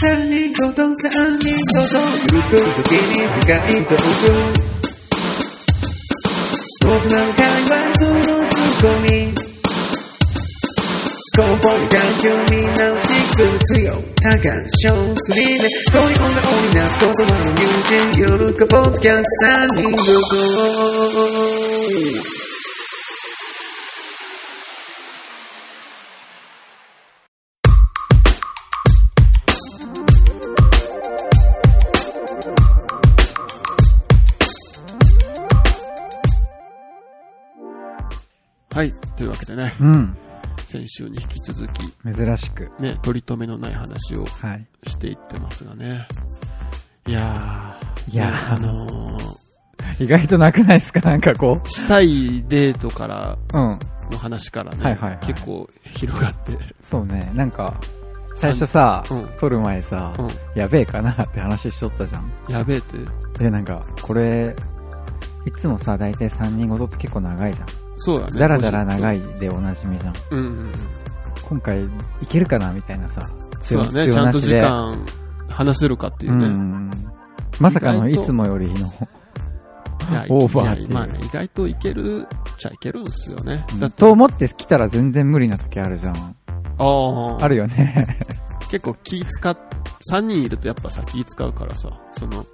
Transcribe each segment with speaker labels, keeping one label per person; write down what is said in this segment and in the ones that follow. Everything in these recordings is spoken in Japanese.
Speaker 1: 三人ごと三人ごとゆく時に深いトーク僕なんかはそのツッコミ根本環境見直しする強多感症フリーで恋女を織りなす言葉の友人夜かポッドキャスト三人ごと
Speaker 2: はい。というわけでね、
Speaker 3: うん。
Speaker 2: 先週に引き続き、
Speaker 3: 珍しく。
Speaker 2: ね、取り留めのない話を
Speaker 3: はい。
Speaker 2: していってますがね。いやー、
Speaker 3: いやー
Speaker 2: ねあのー、
Speaker 3: 意外となくないですかなんかこ
Speaker 2: したいデートから
Speaker 3: う。うん。
Speaker 2: の話からね、
Speaker 3: はいはいはい
Speaker 2: 結構広がって、
Speaker 3: そうね。なんか、最初さ、
Speaker 2: うん
Speaker 3: 撮る前さ、
Speaker 2: う
Speaker 3: やべえかなって話しとったじゃん。
Speaker 2: やべえって、
Speaker 3: で、なんか、これ、いつもさ、だいたい3人ごとって結構長いじゃん。
Speaker 2: そうやね。
Speaker 3: だらだら長
Speaker 2: い。
Speaker 3: いでおなじみじゃん。
Speaker 2: うんうんうん。
Speaker 3: 今回、いけるかなみたいなさ。
Speaker 2: そうだね。
Speaker 3: 強
Speaker 2: ちゃんと
Speaker 3: 強
Speaker 2: 時
Speaker 3: なしで
Speaker 2: 間話せるかっていう
Speaker 3: う
Speaker 2: ね。
Speaker 3: ん。まさかの
Speaker 2: 意外と
Speaker 3: いつもよりの。
Speaker 2: いや
Speaker 3: オーバーって
Speaker 2: い
Speaker 3: い
Speaker 2: や
Speaker 3: う
Speaker 2: まあね、意外といけるっちゃいけるんすよね。だって、
Speaker 3: と思って来たら全然無理な時あるじゃん。
Speaker 2: ああ
Speaker 3: あるよね。
Speaker 2: 結構気使っ、3人いるとやっぱさ、気使うからさ、その、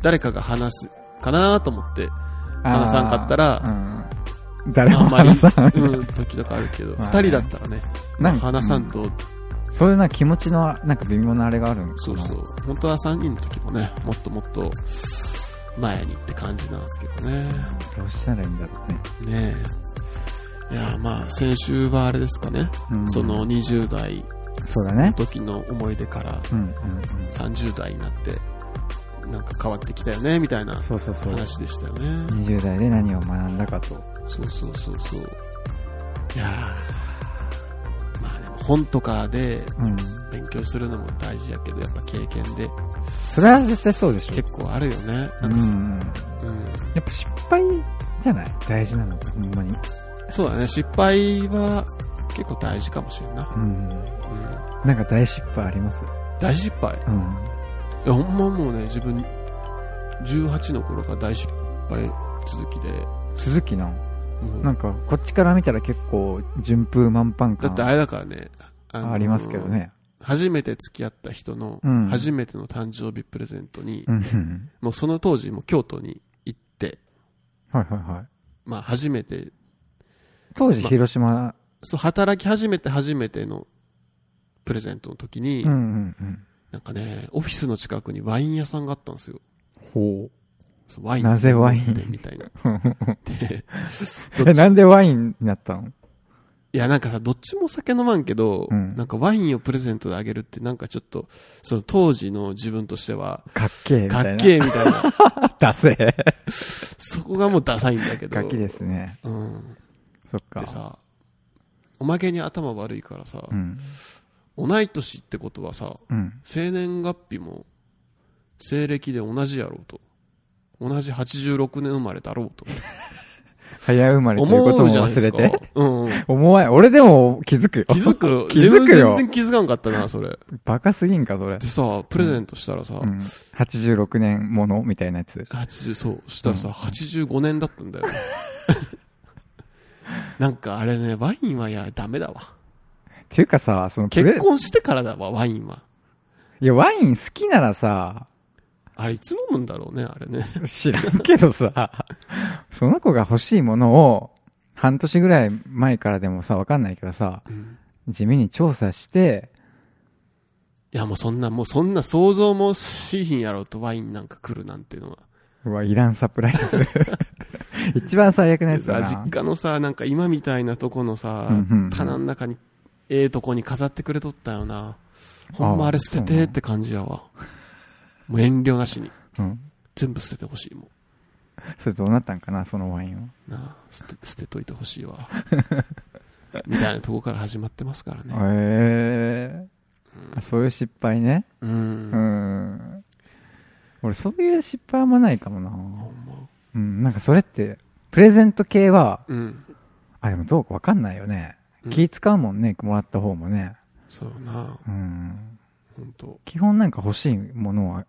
Speaker 2: 誰かが話すかなと思って、話さんかったら
Speaker 3: ら、うん、誰
Speaker 2: あ
Speaker 3: も
Speaker 2: んまり、
Speaker 3: 話さん。
Speaker 2: うん、時とかあるけど、
Speaker 3: まあ
Speaker 2: 2
Speaker 3: ね
Speaker 2: 人だったらね、まあ
Speaker 3: なんか
Speaker 2: 話さんと、
Speaker 3: そういうな気持ちの、なんか微妙なあれがあるのか
Speaker 2: そう
Speaker 3: な
Speaker 2: そう、本当は3人の時もね、もっともっと、前にって感じなんですけどね。
Speaker 3: どうしたらいいんだろうね。
Speaker 2: ねえ。いや、まあ、先週はあれですかね、
Speaker 3: うん
Speaker 2: その、20代
Speaker 3: そうだね
Speaker 2: の。時の思い出から、
Speaker 3: うんうんうん。
Speaker 2: 30代になって、なんか変わってきたよね、みたいな
Speaker 3: そうそうそう。
Speaker 2: 話でしたよね。
Speaker 3: 20代で何を学んだかと。
Speaker 2: そうそうそうそう。いやーまあでも本とかで
Speaker 3: うん。
Speaker 2: 勉強するのも大事やけど、やっぱ経験で
Speaker 3: それは絶対そうでしょ。
Speaker 2: 結構あるよね。
Speaker 3: う
Speaker 2: なんんか
Speaker 3: う
Speaker 2: そ,、
Speaker 3: ん。
Speaker 2: うん
Speaker 3: やっぱ失敗じゃない大事なのか、ほんまに。
Speaker 2: そうだね、失敗は結構大事かもしれんな。
Speaker 3: うん。
Speaker 2: うん、
Speaker 3: なんか大失敗あります。
Speaker 2: 大失敗い
Speaker 3: うん。
Speaker 2: や、ほんまもうね、自分、18の頃から大失敗続きで、
Speaker 3: 続きの。
Speaker 2: もう
Speaker 3: なんか、こっちから見たら結構、順風満帆
Speaker 2: だって
Speaker 3: 感
Speaker 2: あれだからね、あのー
Speaker 3: ありますけど。ね。
Speaker 2: 初めて付き合った人の
Speaker 3: うん、
Speaker 2: 初めての誕生日プレゼントに、
Speaker 3: うんうん。
Speaker 2: もうその当時、もう京都に行って、
Speaker 3: はいはいはい。
Speaker 2: まあ初めて、
Speaker 3: 当時
Speaker 2: ま
Speaker 3: 広島、
Speaker 2: そう、働き始めて初めてのプレゼントの時に、
Speaker 3: うんうんうん。
Speaker 2: なんかね、オフィスの近くにワイン屋さんがあったんですよ。
Speaker 3: ほ
Speaker 2: そうワイン
Speaker 3: なぜワイン
Speaker 2: 持ってみたいな。でど
Speaker 3: え、
Speaker 2: っち
Speaker 3: なんでワインになったの
Speaker 2: いや、なんかさ、どっちも酒飲まんけど、
Speaker 3: うん
Speaker 2: なんかワインをプレゼントであげるって、なんかちょっと、その当時の自分としては、
Speaker 3: かっけえみ
Speaker 2: か
Speaker 3: たいな。
Speaker 2: っけえみたいな。
Speaker 3: ダセえ。
Speaker 2: そこがもうダサいんだけど。
Speaker 3: ガキですね。
Speaker 2: うん。
Speaker 3: そっか
Speaker 2: で。さ、おまけに頭悪いからさ
Speaker 3: う、ん。
Speaker 2: 同い年ってことはさ、
Speaker 3: うん。
Speaker 2: 生年月日も西暦で同じやろうと同じ86年生まれだろうと
Speaker 3: 早生まれということ
Speaker 2: 思
Speaker 3: も
Speaker 2: うじゃないで
Speaker 3: 忘
Speaker 2: す
Speaker 3: れ
Speaker 2: か
Speaker 3: て。
Speaker 2: うんうん
Speaker 3: 思わない。俺でも気づくよ。
Speaker 2: 気づく
Speaker 3: 気づくよ
Speaker 2: 全然気づかんかったなそれ
Speaker 3: バカすぎんか、それ。
Speaker 2: でさプレゼントしたらさ、
Speaker 3: うん。86年ものみたいなやつ。
Speaker 2: 80そうしたらさ、
Speaker 3: うん
Speaker 2: 85年だったんだよなんかあれねワインはいやダメだわ
Speaker 3: ていうかさ、そのプレ
Speaker 2: 結婚してからだわワインはい
Speaker 3: や、ワイン好きならさ、
Speaker 2: あれいつ飲むんだろうねあれね
Speaker 3: 知らんけどさ、その子が欲しいものを、半年ぐらい前からでもさ、わかんないけどさ、
Speaker 2: うん
Speaker 3: 地味に調査して、
Speaker 2: いやもうそんなもうそんな想像もしひんやろうとワインなんか来るなんていうのは
Speaker 3: うわ、いらんサプライ ズ。一番最悪なやつだ
Speaker 2: さ
Speaker 3: な
Speaker 2: 実。家のさなんか今みたいなとこのさ、
Speaker 3: うんうんうん
Speaker 2: 棚の中にええとこに飾ってくれとったよなほんまあれ捨て
Speaker 3: そう
Speaker 2: て
Speaker 3: ね
Speaker 2: って感じやわもう遠慮なしに
Speaker 3: うん。
Speaker 2: 全部捨ててほしいも
Speaker 3: それどうなったんかな、そのワインは。
Speaker 2: んなあ捨て捨てといてほ しいわみたいなとこから始まってますからね
Speaker 3: ええあそういう失敗ね。
Speaker 2: う、
Speaker 3: うんん。俺、そういう失敗あんまないかもな。
Speaker 2: ほんま
Speaker 3: うん、なんかそれって、プレゼント系は、
Speaker 2: うん
Speaker 3: あ、でもどうかわかんないよね。
Speaker 2: うん
Speaker 3: 気使うもんね、もらった方もね。
Speaker 2: そうよな
Speaker 3: うん。
Speaker 2: 本当
Speaker 3: 基本なんか欲しいものをあ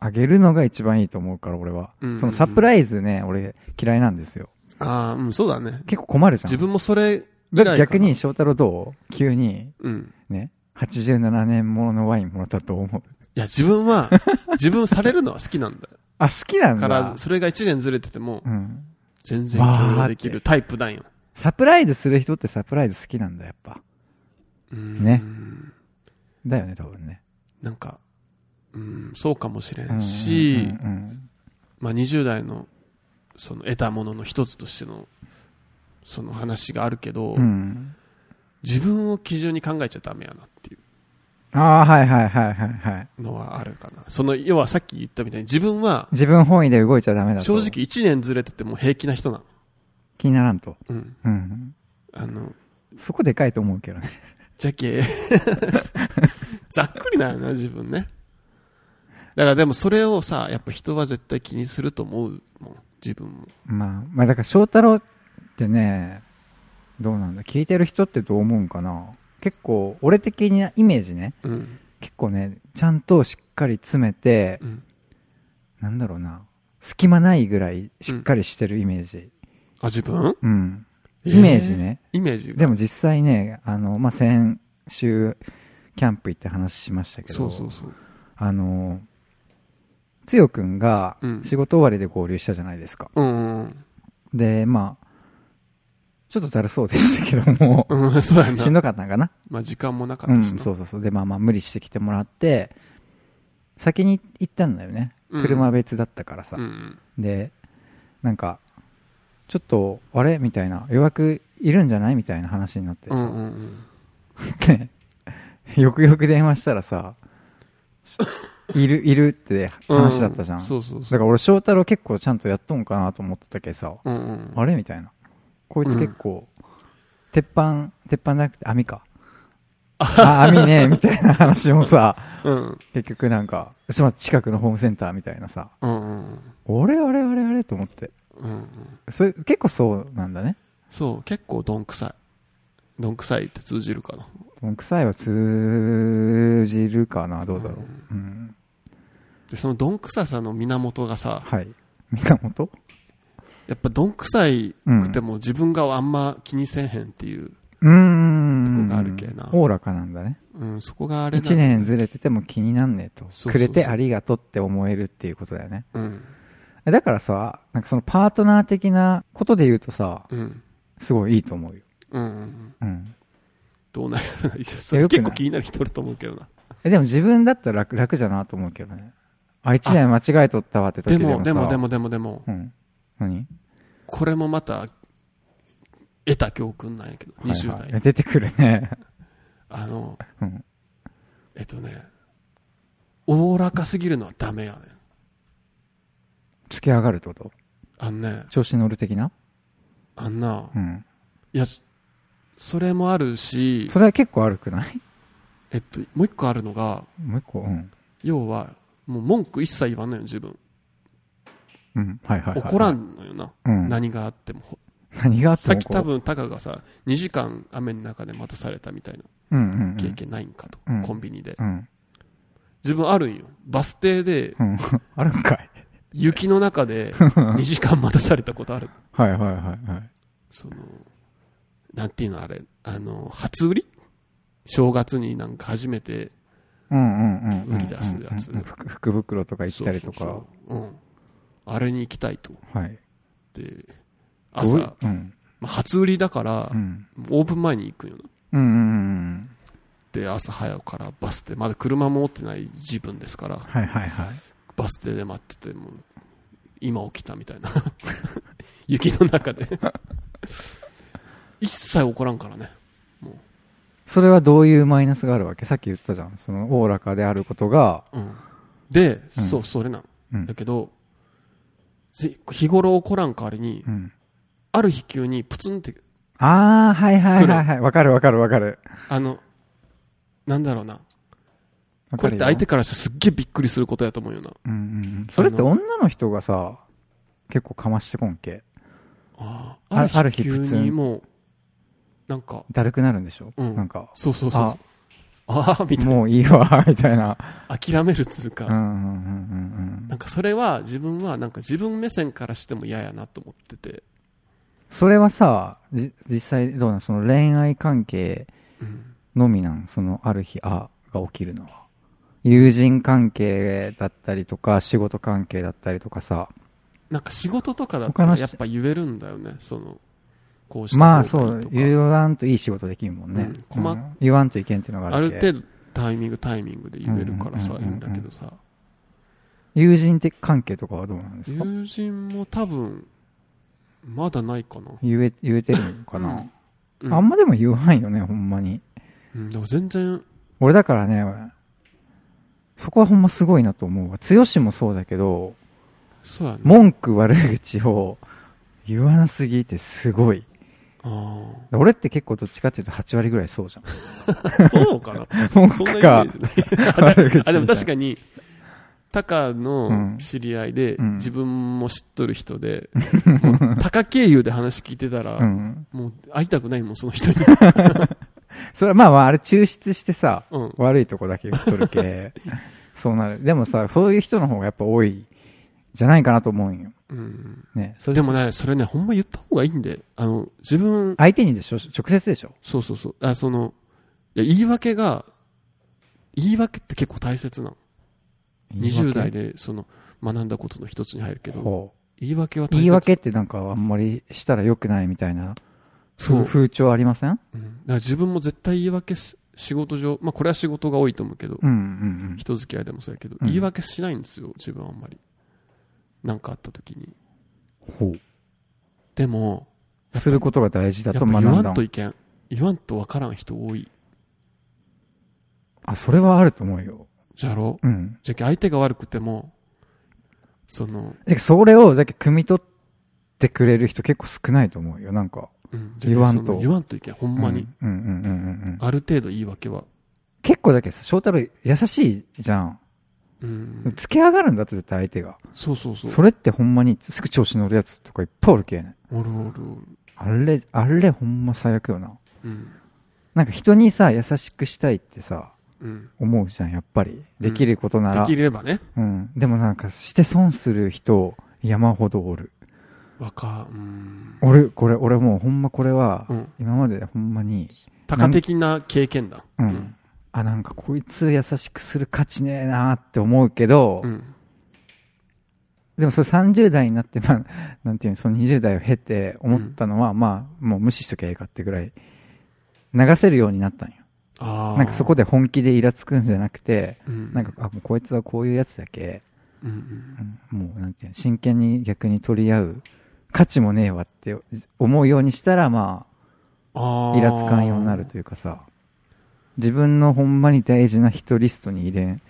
Speaker 3: あげるのが一番いいと思うから、俺は
Speaker 2: うんうんうん。
Speaker 3: そのサプライズね、俺嫌いなんですよ。
Speaker 2: ああ、うん、そうだね。
Speaker 3: 結構困るじゃん。
Speaker 2: 自分もそれ、
Speaker 3: だって逆に翔太郎どう急に
Speaker 2: うん。
Speaker 3: ね、87年もののワインもらったと思う。
Speaker 2: いや、自分 は、自分されるのは好きなんだよ。
Speaker 3: あ、好きなん
Speaker 2: か
Speaker 3: だ
Speaker 2: ら、。それが1年ずれてても
Speaker 3: う、ん。
Speaker 2: 全然許容できるタイプだよ。
Speaker 3: サプライズする人ってサプライズ好きなんだ、やっぱ。
Speaker 2: うん
Speaker 3: ね。だよね、多分ね。
Speaker 2: なんか、うん、そうかもしれ
Speaker 3: うんん
Speaker 2: し、
Speaker 3: うんうん
Speaker 2: まあ、20代のその得たものの一つとしてのその話があるけど、
Speaker 3: うんうん。
Speaker 2: 自分を基準に考えちゃダメやなってい
Speaker 3: ああ、はいはいはいはいはい。
Speaker 2: うのはあるかなその要はさっき言ったみたいに自分は
Speaker 3: 自分本位で動いちゃダメだと。
Speaker 2: 正直1年ずれてても平気な人なの、
Speaker 3: 気にならんと。
Speaker 2: うん、
Speaker 3: うん。
Speaker 2: あの
Speaker 3: そこでかいと思うけどね。
Speaker 2: じゃけ ざっくりなよな自分ねだからでもそれをさやっぱ人は絶対気にすると思うもん自分も
Speaker 3: まあ、まあだから翔太郎ってね、どうなんだ聞いてる人ってどう思うんかな結構、俺的なイメージね。
Speaker 2: うん
Speaker 3: 結構ね、ちゃんとしっかり詰めて
Speaker 2: う、ん
Speaker 3: なんだろうな。隙間ないぐらいしっかりしてるイメージ。
Speaker 2: あ自分
Speaker 3: うん。イメージ、ね。
Speaker 2: えーイメージが
Speaker 3: でも実際ね、あの、まあ、先週、キャンプ行って話しましたけど、
Speaker 2: そうそうそう
Speaker 3: あの、つよくんが
Speaker 2: うん
Speaker 3: 仕事終わりで合流したじゃないですか。
Speaker 2: うんうんうん
Speaker 3: で、まあ、ちょっとだるそうでしたけども、
Speaker 2: うん、 そうや
Speaker 3: しん
Speaker 2: な。
Speaker 3: どかったんかな。
Speaker 2: まあ、時間もなか
Speaker 3: う
Speaker 2: っ
Speaker 3: ん、
Speaker 2: たしな。
Speaker 3: そうそうそう。で、まあまあ無理してきてもらって、先に行ったんだよね。
Speaker 2: うん
Speaker 3: 車は別だったからさ。
Speaker 2: うん
Speaker 3: で、なんか、ちょっと、あれみたいな、予約いるんじゃないみたいな話になって
Speaker 2: う
Speaker 3: さ、
Speaker 2: んうんうん。
Speaker 3: で よくよく電話したらさ、いる、いるって話だったじゃん。
Speaker 2: うそうそうそ
Speaker 3: だ
Speaker 2: う。
Speaker 3: から俺、翔太郎結構ちゃんとやっとんかなと思ってたけどさ、
Speaker 2: うんうん。
Speaker 3: あれみたいな。こいつ結構、鉄板、鉄板じゃなくて網か。あ、網ね、 みたいな話もさ、
Speaker 2: うん
Speaker 3: 結局なんか、ちょっと待って近くのホームセンターみたいなさ、
Speaker 2: うんうん
Speaker 3: あれあれあれあれと思って。
Speaker 2: うんうん。
Speaker 3: それ、結構そうなんだね。
Speaker 2: そう、結構どんくさい。どんくさいって通じるかな。
Speaker 3: もう臭いは通じるかな、どうだろう。うん。
Speaker 2: で、そのどんくささの源がさ、
Speaker 3: はい。源
Speaker 2: やっぱどんくさいくても自分があんま気にせんへんっていう、
Speaker 3: うー
Speaker 2: とこ
Speaker 3: ん。
Speaker 2: があるけな
Speaker 3: おおらかなんだね。
Speaker 2: うん、そこがあれ
Speaker 3: 一
Speaker 2: だね
Speaker 3: 年ずれてても気になんねえと。
Speaker 2: そうそうそう
Speaker 3: くれてありがとうって思えるっていうことだよね。
Speaker 2: うん。
Speaker 3: だからさ、なんかそのパートナー的なことで言うとさ、
Speaker 2: うん。
Speaker 3: すごいいいと思うよ。
Speaker 2: うんうんうん。
Speaker 3: うん。
Speaker 2: どうなるそれ
Speaker 3: よくない
Speaker 2: 結構気になる人おると思うけどな。
Speaker 3: え、でも自分だったら楽楽じゃなと思うけどね。あ、一年間違えとったわって時
Speaker 2: で
Speaker 3: でも
Speaker 2: も、
Speaker 3: さ。
Speaker 2: でも、で。も、でも、でも、
Speaker 3: うん。何
Speaker 2: これもまた、得た教訓なんやけど、20
Speaker 3: はい
Speaker 2: 代
Speaker 3: はい。出てくるね。
Speaker 2: あの、
Speaker 3: うん。
Speaker 2: えっとね、おおらかすぎるのはダメやね。
Speaker 3: つけ上がるってこと
Speaker 2: あんね、
Speaker 3: 調子乗る的な
Speaker 2: あんな、
Speaker 3: うん。
Speaker 2: いや、そそれもあるし、
Speaker 3: それは結構悪くない
Speaker 2: えっと、もう一個あるのが、
Speaker 3: もう一個、うん。
Speaker 2: 要は、もう文句一切言わんのよ、自分。
Speaker 3: うん。はいはい、はい。
Speaker 2: 怒ら。んのよな。
Speaker 3: うん。
Speaker 2: 何があっても。
Speaker 3: 何があって
Speaker 2: さ
Speaker 3: も
Speaker 2: っき
Speaker 3: こう
Speaker 2: 多。分、タカがさ、2時間雨の中で待たされたみたいな
Speaker 3: うんうん、うん。
Speaker 2: 経験ないんかと、
Speaker 3: うん
Speaker 2: コンビニで。
Speaker 3: うん。
Speaker 2: 自分あるんよ。バス停で、
Speaker 3: うん。 あるんかい。
Speaker 2: 雪の中で2時間待たされたことある。
Speaker 3: はいはいはいはい。
Speaker 2: その、なんていうのあれ、あの、初売り正月になんか初めて
Speaker 3: うんうんうんうんうん。
Speaker 2: 売り出すやつ
Speaker 3: うんうんふく福袋とか行ったりとか。
Speaker 2: そうそうそううん。あれに行きたいと。
Speaker 3: はい。
Speaker 2: で、
Speaker 3: どうい
Speaker 2: 朝、
Speaker 3: うん。
Speaker 2: まあ、初売りだから
Speaker 3: う、ん。
Speaker 2: オープン前に行くよな。
Speaker 3: うんうんうんうん。
Speaker 2: で、朝早くからバス停、まだ車も持ってない自分ですから、
Speaker 3: はいはいはい。
Speaker 2: バス停で待ってて、もう、今起きたみたいな。 雪の中で。一切怒らんからね。
Speaker 3: それはどういうマイナスがあるわけさっき言ったじゃん。その、おおらかであることが、
Speaker 2: うん。で、
Speaker 3: うん
Speaker 2: そう、それなん。
Speaker 3: うん
Speaker 2: だ。けど、ぜ日頃起こらん代わりに、
Speaker 3: うん。
Speaker 2: ある日急にプツンって、
Speaker 3: あー、はいはいはいはい。わかるわかるわかる。
Speaker 2: あの、なんだろうな。
Speaker 3: わ
Speaker 2: こ
Speaker 3: か
Speaker 2: れ
Speaker 3: る
Speaker 2: っ
Speaker 3: よ
Speaker 2: て相手からしたらすっげえびっくりすることやと思うよな。
Speaker 3: うんうんうん。それって女の人がさ、結構かましてこんけ。
Speaker 2: あ
Speaker 3: あ
Speaker 2: あ
Speaker 3: あ
Speaker 2: ある
Speaker 3: る
Speaker 2: 日
Speaker 3: 日
Speaker 2: 急
Speaker 3: プツン
Speaker 2: にもう、なんか、
Speaker 3: だるくなるんでしょ
Speaker 2: うん
Speaker 3: なんか。
Speaker 2: そうそうそ
Speaker 3: あ
Speaker 2: う。、ああ、みたいな。
Speaker 3: もういいわ、みたいな。
Speaker 2: 諦めるっつうか、
Speaker 3: うんうんうんうんう。
Speaker 2: なんんかそれは自分はなんか自分目線からしても嫌やなと思ってて。
Speaker 3: それはさ、じ実際どうなんその恋愛関係
Speaker 2: うん。
Speaker 3: のみなんそのある日、あが起きるのは。友人関係だったりとか、仕事関係だったりとかさ。
Speaker 2: なんか仕事とかだった
Speaker 3: 他の
Speaker 2: ら
Speaker 3: し
Speaker 2: やっぱ言えるんだよね。その、こうした
Speaker 3: まあ
Speaker 2: 方
Speaker 3: そ
Speaker 2: がいいうと、か
Speaker 3: 言わんといい仕事できるもんね。
Speaker 2: うん困っ
Speaker 3: うん言わんといけんっていうのが
Speaker 2: あ
Speaker 3: ある
Speaker 2: る
Speaker 3: け
Speaker 2: 程度タイミングタイミングで言えるからさ、
Speaker 3: うん
Speaker 2: い
Speaker 3: うん
Speaker 2: い
Speaker 3: うんうんうん
Speaker 2: んだけどさ。
Speaker 3: 友人的関係とかはどうなんですか
Speaker 2: 友人も多分、まだないかな。
Speaker 3: 言え、言えてるのかな、
Speaker 2: うん
Speaker 3: あんまでも言わないよね、ほんまに。
Speaker 2: うん、でも全然、
Speaker 3: 俺だからね、そこはほんますごいなと思うわ。剛もそうだけど、
Speaker 2: そうやね。
Speaker 3: 文句悪口を言わなすぎてすごい。
Speaker 2: あ
Speaker 3: 俺って結構どっちかっていうと8割ぐらいそうじゃん。
Speaker 2: あ。そうかな
Speaker 3: 文
Speaker 2: そんなイメ
Speaker 3: 句か
Speaker 2: ージない。
Speaker 3: 悪口。
Speaker 2: あ、でも確
Speaker 3: に。
Speaker 2: かに、タカ
Speaker 3: うん
Speaker 2: の知り合いで、
Speaker 3: うん
Speaker 2: 自分も知っとる人 で、もうタカ経由で話聞いてたら、
Speaker 3: うん。
Speaker 2: もう会いたくないもん、その 人に。
Speaker 3: それはまあまあ、あれ抽出してさ、
Speaker 2: うん。
Speaker 3: 悪いとこだけ言っと るけ。そうなる。でもさ、そういう人の方がやっぱ多い、じゃないかなと思うんよ。
Speaker 2: うん。
Speaker 3: ね。それ
Speaker 2: でもね、それね、ほんま言った方がいいんで、あの、自分、
Speaker 3: 相手にでしょ直接でしょ
Speaker 2: そうそうそう、あ、その、いや、言い訳が、言い訳って結構大切なの。20代
Speaker 3: で。
Speaker 2: で、その、学んだことの一つに入るけど、
Speaker 3: ほう
Speaker 2: 言い訳は大切。
Speaker 3: 言い訳ってなんかあんまりしたら良くないみたいな、
Speaker 2: そう。
Speaker 3: 風潮ありません
Speaker 2: うん、だから自分も絶対言い訳し、仕事上、まあこれは仕事が多いと思うけど
Speaker 3: う、んうん
Speaker 2: 人付き合いでもそうやけど、
Speaker 3: うん
Speaker 2: 言い訳しないんですよ、自分はあんまり。なんかあった時に。
Speaker 3: うん。ほ
Speaker 2: でも、
Speaker 3: う。することが大事だ
Speaker 2: やっ
Speaker 3: と
Speaker 2: ぱ
Speaker 3: 学ん
Speaker 2: 言
Speaker 3: だ
Speaker 2: わ
Speaker 3: の
Speaker 2: んといけん。言わんとわからん人多い。
Speaker 3: あ、それはあると思うよ。
Speaker 2: じゃろ
Speaker 3: うん。
Speaker 2: じゃけ相手が悪くても、その、
Speaker 3: えそれを、だけ汲み取ってくれる人結構少ないと思うよ、なんか。
Speaker 2: うん、
Speaker 3: 言わん
Speaker 2: じゃけそ
Speaker 3: と
Speaker 2: の言わんといけん、ほんまに。
Speaker 3: うん。うんうんうんうんうん。
Speaker 2: ある程度言い訳は。
Speaker 3: 結構だけどさ、翔太郎優しいじゃん。
Speaker 2: うん。
Speaker 3: つけ上がるんだって絶対相手が。
Speaker 2: そうそうそう。
Speaker 3: それってほんまにすぐ調子乗るやつとかいっぱいおるけん。
Speaker 2: おるおるおる。
Speaker 3: あれ、あれほんま最悪よな。
Speaker 2: うん。
Speaker 3: なんか人にさ、優しくしたいってさ、
Speaker 2: うん。
Speaker 3: 思うじゃん、やっぱり。できることな
Speaker 2: で
Speaker 3: ら。
Speaker 2: きればね、
Speaker 3: うん。でもなんか、して損する人、山ほどおる。
Speaker 2: わか、うん。
Speaker 3: 俺、これ、俺もうほんまこれは、
Speaker 2: うん
Speaker 3: 今までほんまに、
Speaker 2: 多可的な経験だ。
Speaker 3: うん。あ、なんかこいつ優しくする価値ねえなって思うけど、
Speaker 2: うん。
Speaker 3: でもそれ30代になって、まあ、 なんていうの、その20代を経て思ったのは、まあ、もう無視しときゃいいかってぐらい、流せるようになったんよ。
Speaker 2: ああ。
Speaker 3: なんかそこで本気でイラつくんじゃなくて、
Speaker 2: うん、
Speaker 3: なんか、あ、もうこいつはこういうやつだけ、
Speaker 2: うんうん、
Speaker 3: うんもうなんていうの真剣に逆に取り合う価値もねえわって思うようにしたらま
Speaker 2: あ
Speaker 3: あ
Speaker 2: ー
Speaker 3: イラつかんようになるというかさ自分のほんまに大事な人リストに入れん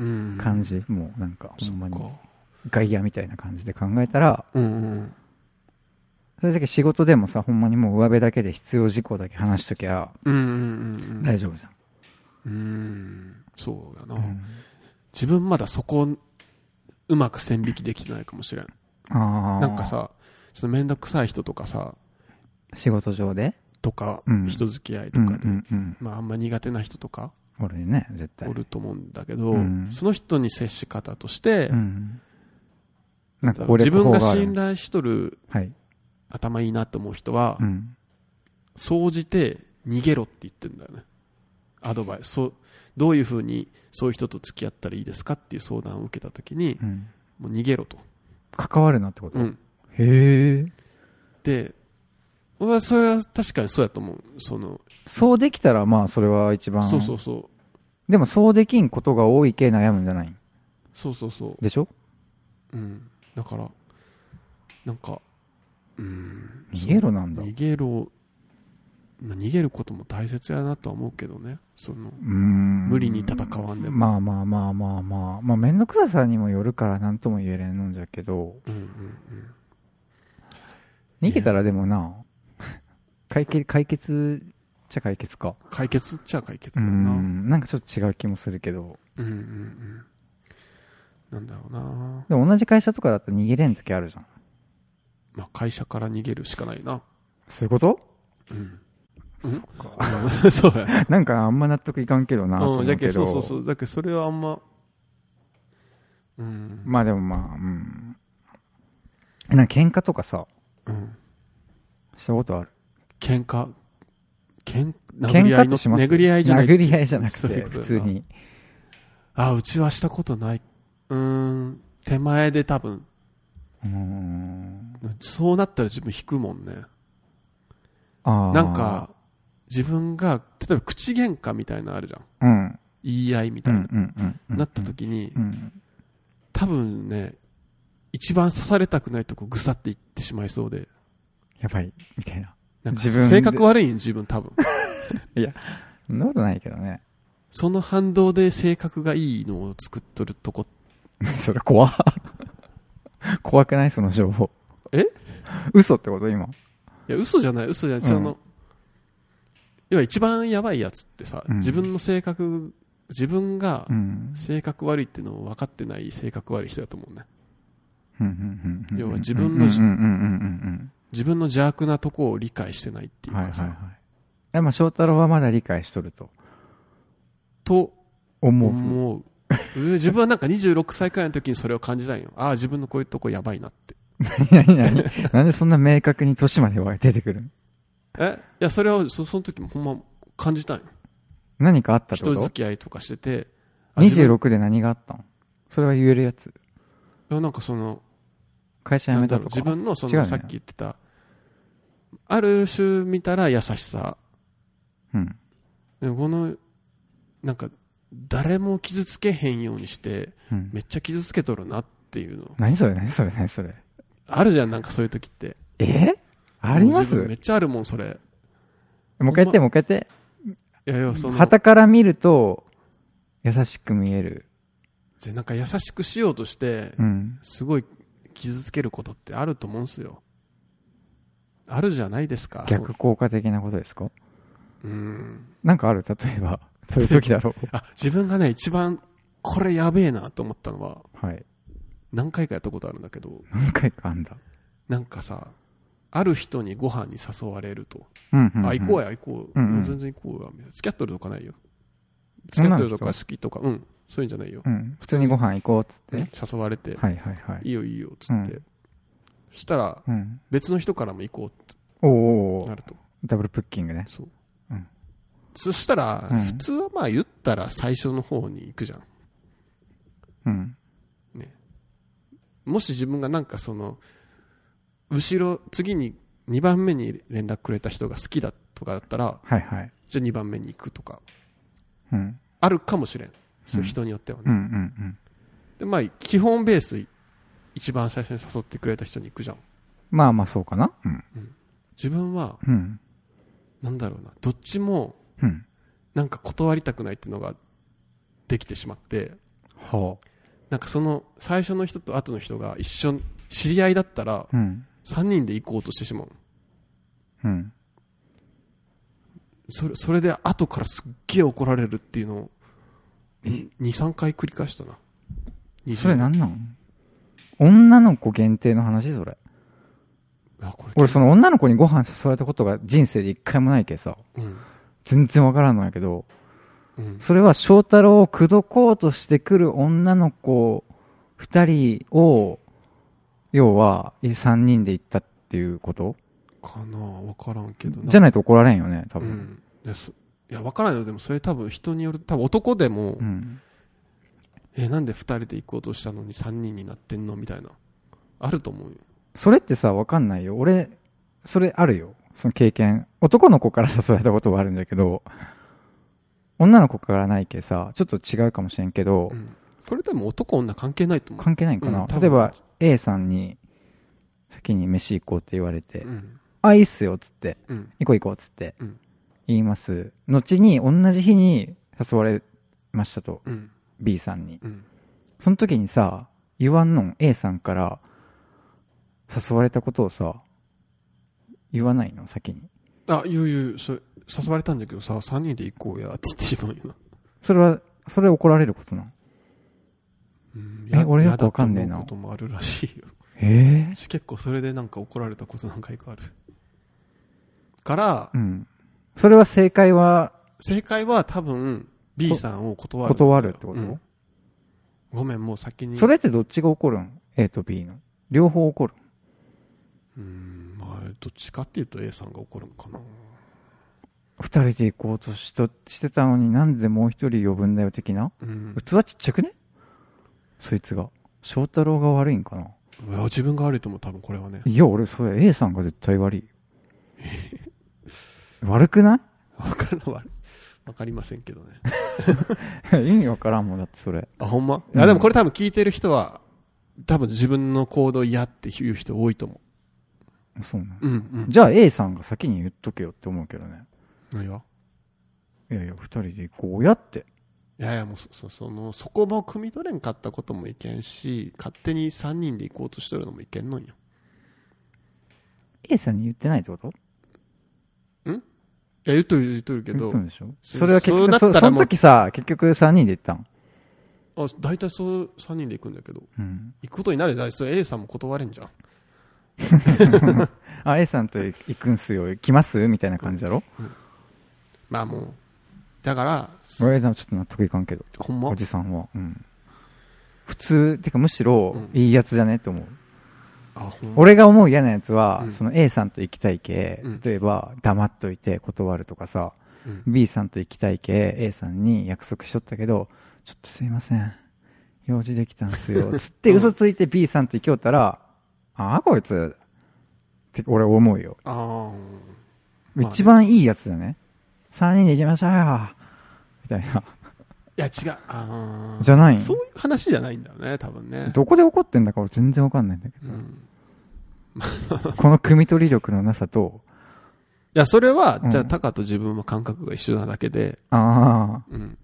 Speaker 2: うん
Speaker 3: 感じ、もうなんかほんまに
Speaker 2: そっか
Speaker 3: 外野みたいな感じで考えたら
Speaker 2: うんうん
Speaker 3: それだけ仕事でもさほんまにもう上辺だけで必要事項だけ話しときゃ
Speaker 2: うんうんうん
Speaker 3: 大丈夫じゃん、
Speaker 2: 夫うんそうやな、
Speaker 3: うん
Speaker 2: 自分まだそこうまく線引きできてないかもしれん
Speaker 3: ああ
Speaker 2: なんかさその面倒くさい人とかさ
Speaker 3: 仕事上で
Speaker 2: とか、
Speaker 3: うん
Speaker 2: 人付き合いとかで、
Speaker 3: うんうん
Speaker 2: まああんま苦手な人とか
Speaker 3: うん、俺ね絶対
Speaker 2: おると思うんだけど、
Speaker 3: うん
Speaker 2: その人に接し方として、
Speaker 3: うん、なんか俺
Speaker 2: 自分が
Speaker 3: こうある
Speaker 2: 信頼しとる
Speaker 3: はい、
Speaker 2: 頭いいなと思う人は
Speaker 3: う、ん、
Speaker 2: 総じて逃げろって言ってんだよね。アドバイス。そう、どういうふうにそういう人と付き合ったらいいですかっていう相談を受けたときに
Speaker 3: う、ん
Speaker 2: もう逃げろと。
Speaker 3: 関わるなってこと、
Speaker 2: うん。
Speaker 3: へえ。
Speaker 2: で、俺はそれは確かにそうやと思う。その、
Speaker 3: そうできたら、まあ、それは一番。
Speaker 2: そうそうそう。
Speaker 3: でも、そうできんことが多いけ悩むんじゃない
Speaker 2: そうそうそ
Speaker 3: でしょ
Speaker 2: う。うん。だから、なんか、うん。
Speaker 3: 逃げろなんだ。
Speaker 2: 逃
Speaker 3: う
Speaker 2: げろ、まあ逃げることも大切やなとは思うけどね。その、
Speaker 3: ーん。
Speaker 2: 無理に戦わんでも。
Speaker 3: まあまあまあまあまあ。まあ、めんどくささにもよるから、なんとも言えれんのんじゃけど、
Speaker 2: うんうんうん。
Speaker 3: 逃げたらでもな、解決、解決っちゃ解決か。
Speaker 2: 解決っちゃ解決
Speaker 3: うー
Speaker 2: だな。
Speaker 3: ん。なんかちょっと違う気もするけど。
Speaker 2: うんうんうん。なんだろうな
Speaker 3: でも、同じ会社とかだったら逃げれん時あるじゃん。
Speaker 2: まあ会社から逃げるしかないな。
Speaker 3: そういうこと
Speaker 2: うん。うん そうや。
Speaker 3: なんかあんま納得いかんけどなと思
Speaker 2: うん、
Speaker 3: う
Speaker 2: じゃ
Speaker 3: け
Speaker 2: け
Speaker 3: ど、
Speaker 2: そうそうそう。だけどそれはあんま、うん。
Speaker 3: まあでもまあ、うん。なんか喧嘩とかさ、
Speaker 2: うん。
Speaker 3: したことある。
Speaker 2: 喧嘩、喧、殴
Speaker 3: 喧
Speaker 2: り合
Speaker 3: 嘩
Speaker 2: い
Speaker 3: って
Speaker 2: の、
Speaker 3: します
Speaker 2: 殴り合いじゃない。
Speaker 3: 殴り合いじゃなく
Speaker 2: そうい
Speaker 3: て、
Speaker 2: うこと
Speaker 3: 普
Speaker 2: だな
Speaker 3: 通に。
Speaker 2: あ、うちはしたことない。うーん、手前で多分、
Speaker 3: うーん。
Speaker 2: そうなったら自分引くもんね。
Speaker 3: ああ。
Speaker 2: なん、か、自分が、例えば口喧嘩みたいなのあるじゃん。
Speaker 3: うん。
Speaker 2: 言い合いみ
Speaker 3: う
Speaker 2: たい
Speaker 3: ん
Speaker 2: な。
Speaker 3: うんうんうん。
Speaker 2: なった時に
Speaker 3: う、ん。
Speaker 2: 多分ね、一番刺されたくないとこぐさっていってしまいそうで。
Speaker 3: やばい、みたいな。
Speaker 2: なんか
Speaker 3: 自分で
Speaker 2: 性格悪いん自分多分。
Speaker 3: そんなことないけどね。
Speaker 2: その反動で性格がいいのを作っとるとこ。
Speaker 3: それ怖怖くないその情報。
Speaker 2: え
Speaker 3: 嘘ってこと今。
Speaker 2: いや、嘘じゃない、嘘じゃない。
Speaker 3: うん
Speaker 2: その、要は一番やばいやつってさ、
Speaker 3: うん
Speaker 2: 自分の性格、自分が
Speaker 3: うん。
Speaker 2: 性格悪いっていうのを分かってない性格悪い人だと思うね。
Speaker 3: うんうんうん
Speaker 2: 要は自分の
Speaker 3: うんうん
Speaker 2: じ
Speaker 3: うんうん
Speaker 2: 自分の邪悪なとこを理解してないって
Speaker 3: う
Speaker 2: い
Speaker 3: ん。
Speaker 2: う
Speaker 3: はいはい
Speaker 2: かさ、
Speaker 3: はい。え、まあ、翔太郎はまだ理解しとると
Speaker 2: と
Speaker 3: 思う。
Speaker 2: 思う。うー自分はなんか26歳くらいの時にそれを感じたんよ。ああ、自分のこういうとこやばいなって。
Speaker 3: 何何なんでそんな明確に年までは出てくるの
Speaker 2: えいや、それはそ、その時もほんま感じたんよ。
Speaker 3: 何かあったってこ
Speaker 2: 人付
Speaker 3: と
Speaker 2: き合いとかしてて。あ自分
Speaker 3: ?26 で何があったんそれは言えるやつ。
Speaker 2: いやなんかその、
Speaker 3: 会社辞
Speaker 2: なん
Speaker 3: め
Speaker 2: だ
Speaker 3: た
Speaker 2: ろう
Speaker 3: とか。
Speaker 2: 自分のそ
Speaker 3: 違う
Speaker 2: の
Speaker 3: ね
Speaker 2: さっき言ってた、ある種見たら優しさ。
Speaker 3: うん。
Speaker 2: でもこの、なんか、誰も傷つけへんようにして、
Speaker 3: うん。
Speaker 2: めっちゃ傷つけとるなっていうの。
Speaker 3: 何それ何それ何それ。
Speaker 2: あるじゃん、なんかそういう時って。
Speaker 3: えあります
Speaker 2: もう自分
Speaker 3: も
Speaker 2: めっちゃあるもん、それ。
Speaker 3: う一回やって、もう一回やって。
Speaker 2: いやいや、その、
Speaker 3: 旗から見ると、優しく見える。
Speaker 2: でなんか優しくしようとして、
Speaker 3: うん。
Speaker 2: すごい傷つけることってあると思うんすよ。あるじゃないですか。
Speaker 3: 逆
Speaker 2: そ
Speaker 3: 効果的なことですか
Speaker 2: ううん。
Speaker 3: なんかある例 えば。そういう時だろう。
Speaker 2: あ、自分がね、一番、これやべえなと思ったのは、
Speaker 3: はい。
Speaker 2: 何回かやったことあるんだけど、
Speaker 3: 何回かあんだ。
Speaker 2: なんかさ、ある人にご飯に誘われると、
Speaker 3: うんうん、うん。
Speaker 2: あ、行こうや、行こう、
Speaker 3: うんうん
Speaker 2: もう全然行こうや、みたいな。付き合っとるとかないよ。付き合っとるとか好きとか、うん、そういうんじゃないよ。
Speaker 3: うん。普通にご飯行こうっつって。
Speaker 2: 誘われて、
Speaker 3: はいはいはい。
Speaker 2: いいよいいよ、つって。
Speaker 3: う
Speaker 2: したら、
Speaker 3: うん。
Speaker 2: 別の人からも行こうっ
Speaker 3: お
Speaker 2: て
Speaker 3: ーおー
Speaker 2: な
Speaker 3: おー
Speaker 2: ると。
Speaker 3: ダブルブッキングね。
Speaker 2: そう。
Speaker 3: うん
Speaker 2: そしたら、
Speaker 3: うん
Speaker 2: 普通はまあ言ったら最初の方に行くじゃん。
Speaker 3: うん。
Speaker 2: もし自分がなんかその、後ろ、次に2番目に連絡くれた人が好きだとかだったら、
Speaker 3: はいはい。
Speaker 2: じゃあ2番目に行くとか、
Speaker 3: うん。
Speaker 2: あるかもしれん。そう人によってはね。
Speaker 3: うんうん
Speaker 2: で、まあ、基本ベース、一番最初に誘ってくれた人に行くじゃん。
Speaker 3: うん。まあまあそうかな。うん。
Speaker 2: 自分は、
Speaker 3: うん。
Speaker 2: なんだろうな、どっちも、
Speaker 3: うん。
Speaker 2: なんか断りたくないっていうのができてしまって、
Speaker 3: ほ
Speaker 2: なんかその最初の人と後の人が一緒に知り合いだったら
Speaker 3: う。うん。
Speaker 2: 3人で行こうとしてしまう
Speaker 3: うん。
Speaker 2: それそれで後からすっげえ怒られるっていうのを23回繰り返したな20
Speaker 3: それなんなん女の子限定の話それ。
Speaker 2: あこれ
Speaker 3: 俺その女の子にご飯誘われたことが人生で一回もないけさ。
Speaker 2: うん
Speaker 3: 全然わからんのやけど、
Speaker 2: うん
Speaker 3: それは翔太郎を口説こうとしてくる女の子二人を、要は三人で行ったっていうこと
Speaker 2: かな分からんけど
Speaker 3: じゃ
Speaker 2: ない
Speaker 3: ないと怒られんよね、多
Speaker 2: う
Speaker 3: 分。
Speaker 2: んですいや分からんよでもそれ多分人による多分男でも、
Speaker 3: うん。
Speaker 2: えなんで2人で行こうとしたのに3人になってんのみたいなあると思うよ
Speaker 3: それってさ、わかんないよ。俺、それあるよ。その経験。男の子から誘われたことはあるんだけど、女の子からないけさ、ちょっと違うかもしれんけど、
Speaker 2: うんこれでも男女関係ないと思う
Speaker 3: 関係ないんかな、
Speaker 2: うん多分
Speaker 3: 例えば A さんに先に飯行こうって言われて、
Speaker 2: うん
Speaker 3: あ、いいっすよっつって、
Speaker 2: うん
Speaker 3: 行こう行こうっつって
Speaker 2: うん
Speaker 3: 言います。後に同じ日に誘われましたと、
Speaker 2: うん
Speaker 3: B さんに。
Speaker 2: うん
Speaker 3: その時にさ、言わんのん A さんから誘われたことをさ、言わないの先に。
Speaker 2: あ、言う言う、それ、誘われたんだけどさ、3人で行こうや、って言ってしまうよな。
Speaker 3: それは、それ怒られることなの
Speaker 2: うん
Speaker 3: え
Speaker 2: や
Speaker 3: 俺よくわかんねえな
Speaker 2: やだと思うこともあるらしいよ。
Speaker 3: え
Speaker 2: 私結構それでなんか怒られたこと何回かある。から
Speaker 3: う、ん。それは正解は
Speaker 2: 正解は多分、B さんを断る。
Speaker 3: 断るってこと、
Speaker 2: うんごめん、もう先に。
Speaker 3: それってどっちが起こるん ?A と B の。両方起こる。
Speaker 2: うん、まあ、どっちかっていうと A さんが怒るんかな。
Speaker 3: 二人で行こうとしとしてたのになんでもう一人呼ぶんだよ的な、
Speaker 2: うん。
Speaker 3: 器ちっちゃくねそいつが。翔太郎が悪いんかない
Speaker 2: や自分が悪いと思う、多分これはね。
Speaker 3: いや、俺、それ A さんが絶 対悪い。悪くない
Speaker 2: わからん、 悪いわかりませんけどね。
Speaker 3: 意味わからんもんだってそれ。
Speaker 2: あ、ほんま
Speaker 3: うん
Speaker 2: いや、でもこれ多分聞いてる人は、多分自分の行動嫌っていう人多いと思
Speaker 3: そうなの
Speaker 2: う。うん、うん。
Speaker 3: じゃあ A さんが先に言っとけよって思うけどね。
Speaker 2: 何が
Speaker 3: いやいや、二人で行こうやって。
Speaker 2: いやいや、もうそ、そ、その、そこも汲み取れんかったこともいけんし、勝手に3人で行こうとしてるのもいけんのんよ。
Speaker 3: A さんに言ってないってこと
Speaker 2: いや、言っとる、言っとるけ
Speaker 3: 言っ
Speaker 2: ど
Speaker 3: た、んでしょ
Speaker 2: そ
Speaker 3: それは結
Speaker 2: そうなった
Speaker 3: 局、
Speaker 2: ら
Speaker 3: そその
Speaker 2: もう
Speaker 3: 時さ、結局三人で行ったん。
Speaker 2: あ、大体そう、3人で行くんだけど、
Speaker 3: うん。
Speaker 2: 行くことになれば、それ A さんも断れんじゃん。
Speaker 3: あ、A さんと行くんすよ、来ますみたいな感じだろ
Speaker 2: まあもう、だから、
Speaker 3: 俺 A さんはちょっと納得いかんけど、
Speaker 2: ほんま
Speaker 3: おじさんは。うん。普通、てかむしろ
Speaker 2: うん、
Speaker 3: いいやつじゃねって思う。
Speaker 2: あ、ほんま。
Speaker 3: 俺が思う嫌なやつは、
Speaker 2: うん
Speaker 3: その A さんと行きたい系、
Speaker 2: うん
Speaker 3: 例えば黙っといて断るとかさ、
Speaker 2: うん、
Speaker 3: B さんと行きたい系 A さんに約束しとったけどちょっとすいません用事できたん すよつって
Speaker 2: うん
Speaker 3: 嘘ついて B さんと行きよったら、ああこいつって俺思うよ、
Speaker 2: ああ、
Speaker 3: 一番いいやつだね3人で行きましょうよみたいな
Speaker 2: いや、違う。あー
Speaker 3: じゃないん
Speaker 2: そういう話じゃないんだよね、多分ね。
Speaker 3: どこで怒ってんだか俺全然わかんないんだけ
Speaker 2: う
Speaker 3: ど、
Speaker 2: ん、
Speaker 3: この汲み取り力のなさと
Speaker 2: いや、それは、
Speaker 3: うん
Speaker 2: じゃあ、タカと自分は感覚が一緒なだけで、
Speaker 3: あ
Speaker 2: うん。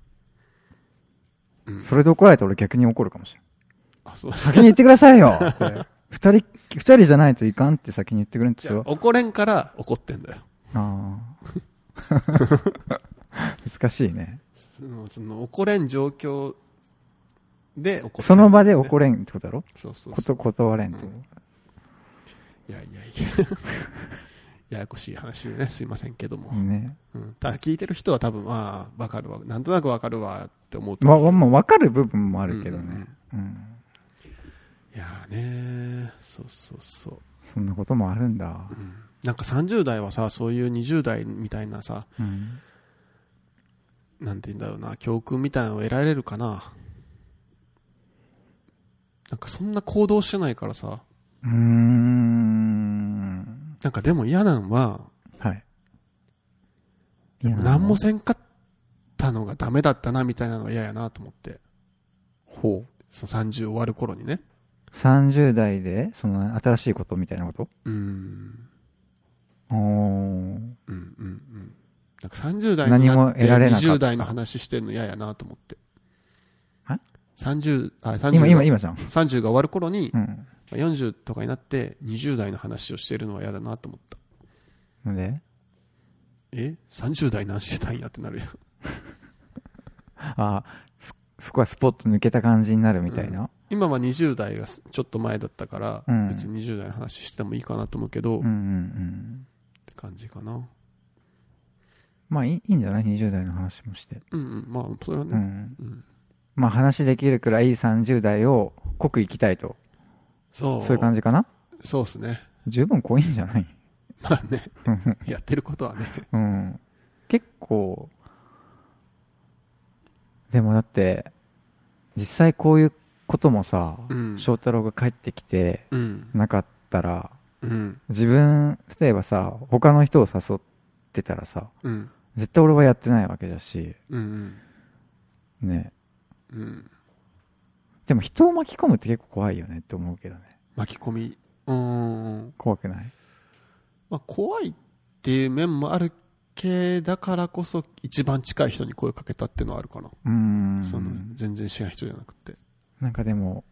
Speaker 2: うん
Speaker 3: あ、それで怒られたら俺逆に怒るかもしれない
Speaker 2: あ、そう。
Speaker 3: 先に言ってくださいよって二人、二人じゃないといかんって先に言ってくれんで
Speaker 2: じ
Speaker 3: す
Speaker 2: ゃあ
Speaker 3: よ。
Speaker 2: 怒れんから怒ってんだよ。
Speaker 3: ああ。難しいね。
Speaker 2: その、その怒れん状況で怒って
Speaker 3: その場で怒
Speaker 2: れ。
Speaker 3: れんってことだろ
Speaker 2: そうそう
Speaker 3: こ
Speaker 2: そ
Speaker 3: と
Speaker 2: う。
Speaker 3: 断れんってこ
Speaker 2: いやい やいや。ややこしい話でね、すいませんけど
Speaker 3: と。
Speaker 2: も。
Speaker 3: ね。
Speaker 2: うん。ただ聞いてる人は多分、ああ、わかるわ。なんとなくわかるわって思うと
Speaker 3: まあ、
Speaker 2: 思う。
Speaker 3: まあ、わかる部分もあるけど
Speaker 2: うんうん
Speaker 3: ね。うん。
Speaker 2: いやーねそうそうそう。
Speaker 3: そんなこともあるんだ。
Speaker 2: うんなんか30代はさ、そういう20代みたいなさ、
Speaker 3: うん。
Speaker 2: なんて言うんだろうな、教訓みたいなのを得られるかな。なんかそんな行動してないからさ、
Speaker 3: うーん。
Speaker 2: なんかでも嫌なんは、
Speaker 3: はい。いや
Speaker 2: 何もせんかったのがダメだったなみたいなのが嫌やなと思って。
Speaker 3: ほう。
Speaker 2: その30終わる頃にね。
Speaker 3: 30代で、その、新しいことみたいなこと
Speaker 2: うん。
Speaker 3: おー。
Speaker 2: うんうんうん。なんか30代に
Speaker 3: 何
Speaker 2: な
Speaker 3: も
Speaker 2: って
Speaker 3: 得られなかった
Speaker 2: 20代の話してるの嫌やなと思って。
Speaker 3: え
Speaker 2: ?30、あ、30
Speaker 3: 今、今、
Speaker 2: が
Speaker 3: 今じゃん。
Speaker 2: 30が終わる頃に、
Speaker 3: うん。
Speaker 2: まあ40とかになって20代の話をしてるのは嫌だなと思った。
Speaker 3: なんで
Speaker 2: え ?30 代何してたんやってなるやん。
Speaker 3: あそそこはスポッと抜けた感じになるみたいな。
Speaker 2: 今は20代がすちょっと前だったから、
Speaker 3: うん
Speaker 2: 別に20代の話してもいいかなと思うけど、
Speaker 3: うん、
Speaker 2: っ
Speaker 3: うん、うんうん
Speaker 2: て感じかな。
Speaker 3: まあいいいいんじゃない ?20 代の話もして。
Speaker 2: うんうん、まあ、それは
Speaker 3: う
Speaker 2: ね。
Speaker 3: ん。
Speaker 2: うん
Speaker 3: まあ話できるくらい30代を濃く生きたいと。
Speaker 2: そう。
Speaker 3: そういう感じかな
Speaker 2: じ。そうっすね。
Speaker 3: 十分濃いんじゃない
Speaker 2: まあね、
Speaker 3: うん
Speaker 2: やってることはね。
Speaker 3: うん。結構、でもだって、実際こういうこともさ、
Speaker 2: うん。
Speaker 3: 翔太郎が帰ってきて
Speaker 2: うん。
Speaker 3: なかったら、
Speaker 2: うん。
Speaker 3: 自分、例えばさ、他の人を誘ってたらさ、
Speaker 2: うん。
Speaker 3: 絶対俺はやってないわけだし、
Speaker 2: うん。
Speaker 3: ね。
Speaker 2: うん。
Speaker 3: でも人を巻き込むって結構怖いよねって思うけどね。
Speaker 2: 巻き込み。うーん。
Speaker 3: 怖くない
Speaker 2: まあ、怖いっていう面もあるけだからこそ、一番近い人に声をかけたっていうのはあるかな。
Speaker 3: うーん。
Speaker 2: その全然知らない人じゃなくて。
Speaker 3: なんかでも、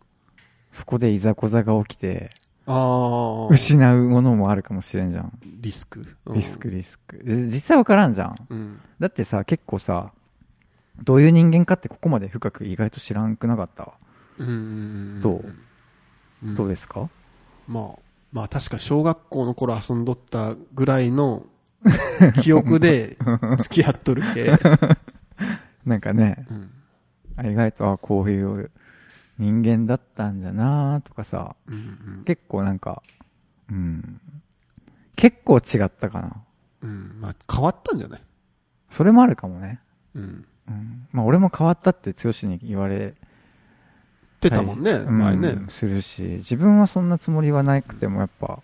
Speaker 3: そこでいざこざが起きて、
Speaker 2: ああ。
Speaker 3: 失うものもあるかもしれんじゃん。
Speaker 2: リスク。うん
Speaker 3: リスク。リスク。で実際わからんじゃん。
Speaker 2: うん。
Speaker 3: だってさ、結構さ、どういう人間かってここまで深く意外と知らんくなかった。
Speaker 2: うん。
Speaker 3: ど
Speaker 2: うん
Speaker 3: どうですか
Speaker 2: まあ、まあ確か小学校の頃遊んどったぐらいの記憶で付き合っとる系。
Speaker 3: なんかね、
Speaker 2: うん。
Speaker 3: あ意外と、あこういう人間だったんじゃなとかさ、
Speaker 2: うんうん
Speaker 3: 結構なんか、うん、結構違ったかな。
Speaker 2: うん。まあ、変わったんじゃない
Speaker 3: それもあるかもね。
Speaker 2: うん。
Speaker 3: うん、まあ俺も変わったって剛に言われ
Speaker 2: 出たもんね、前ね。
Speaker 3: うんするし、自分はそんなつもりはなくてもやっぱ、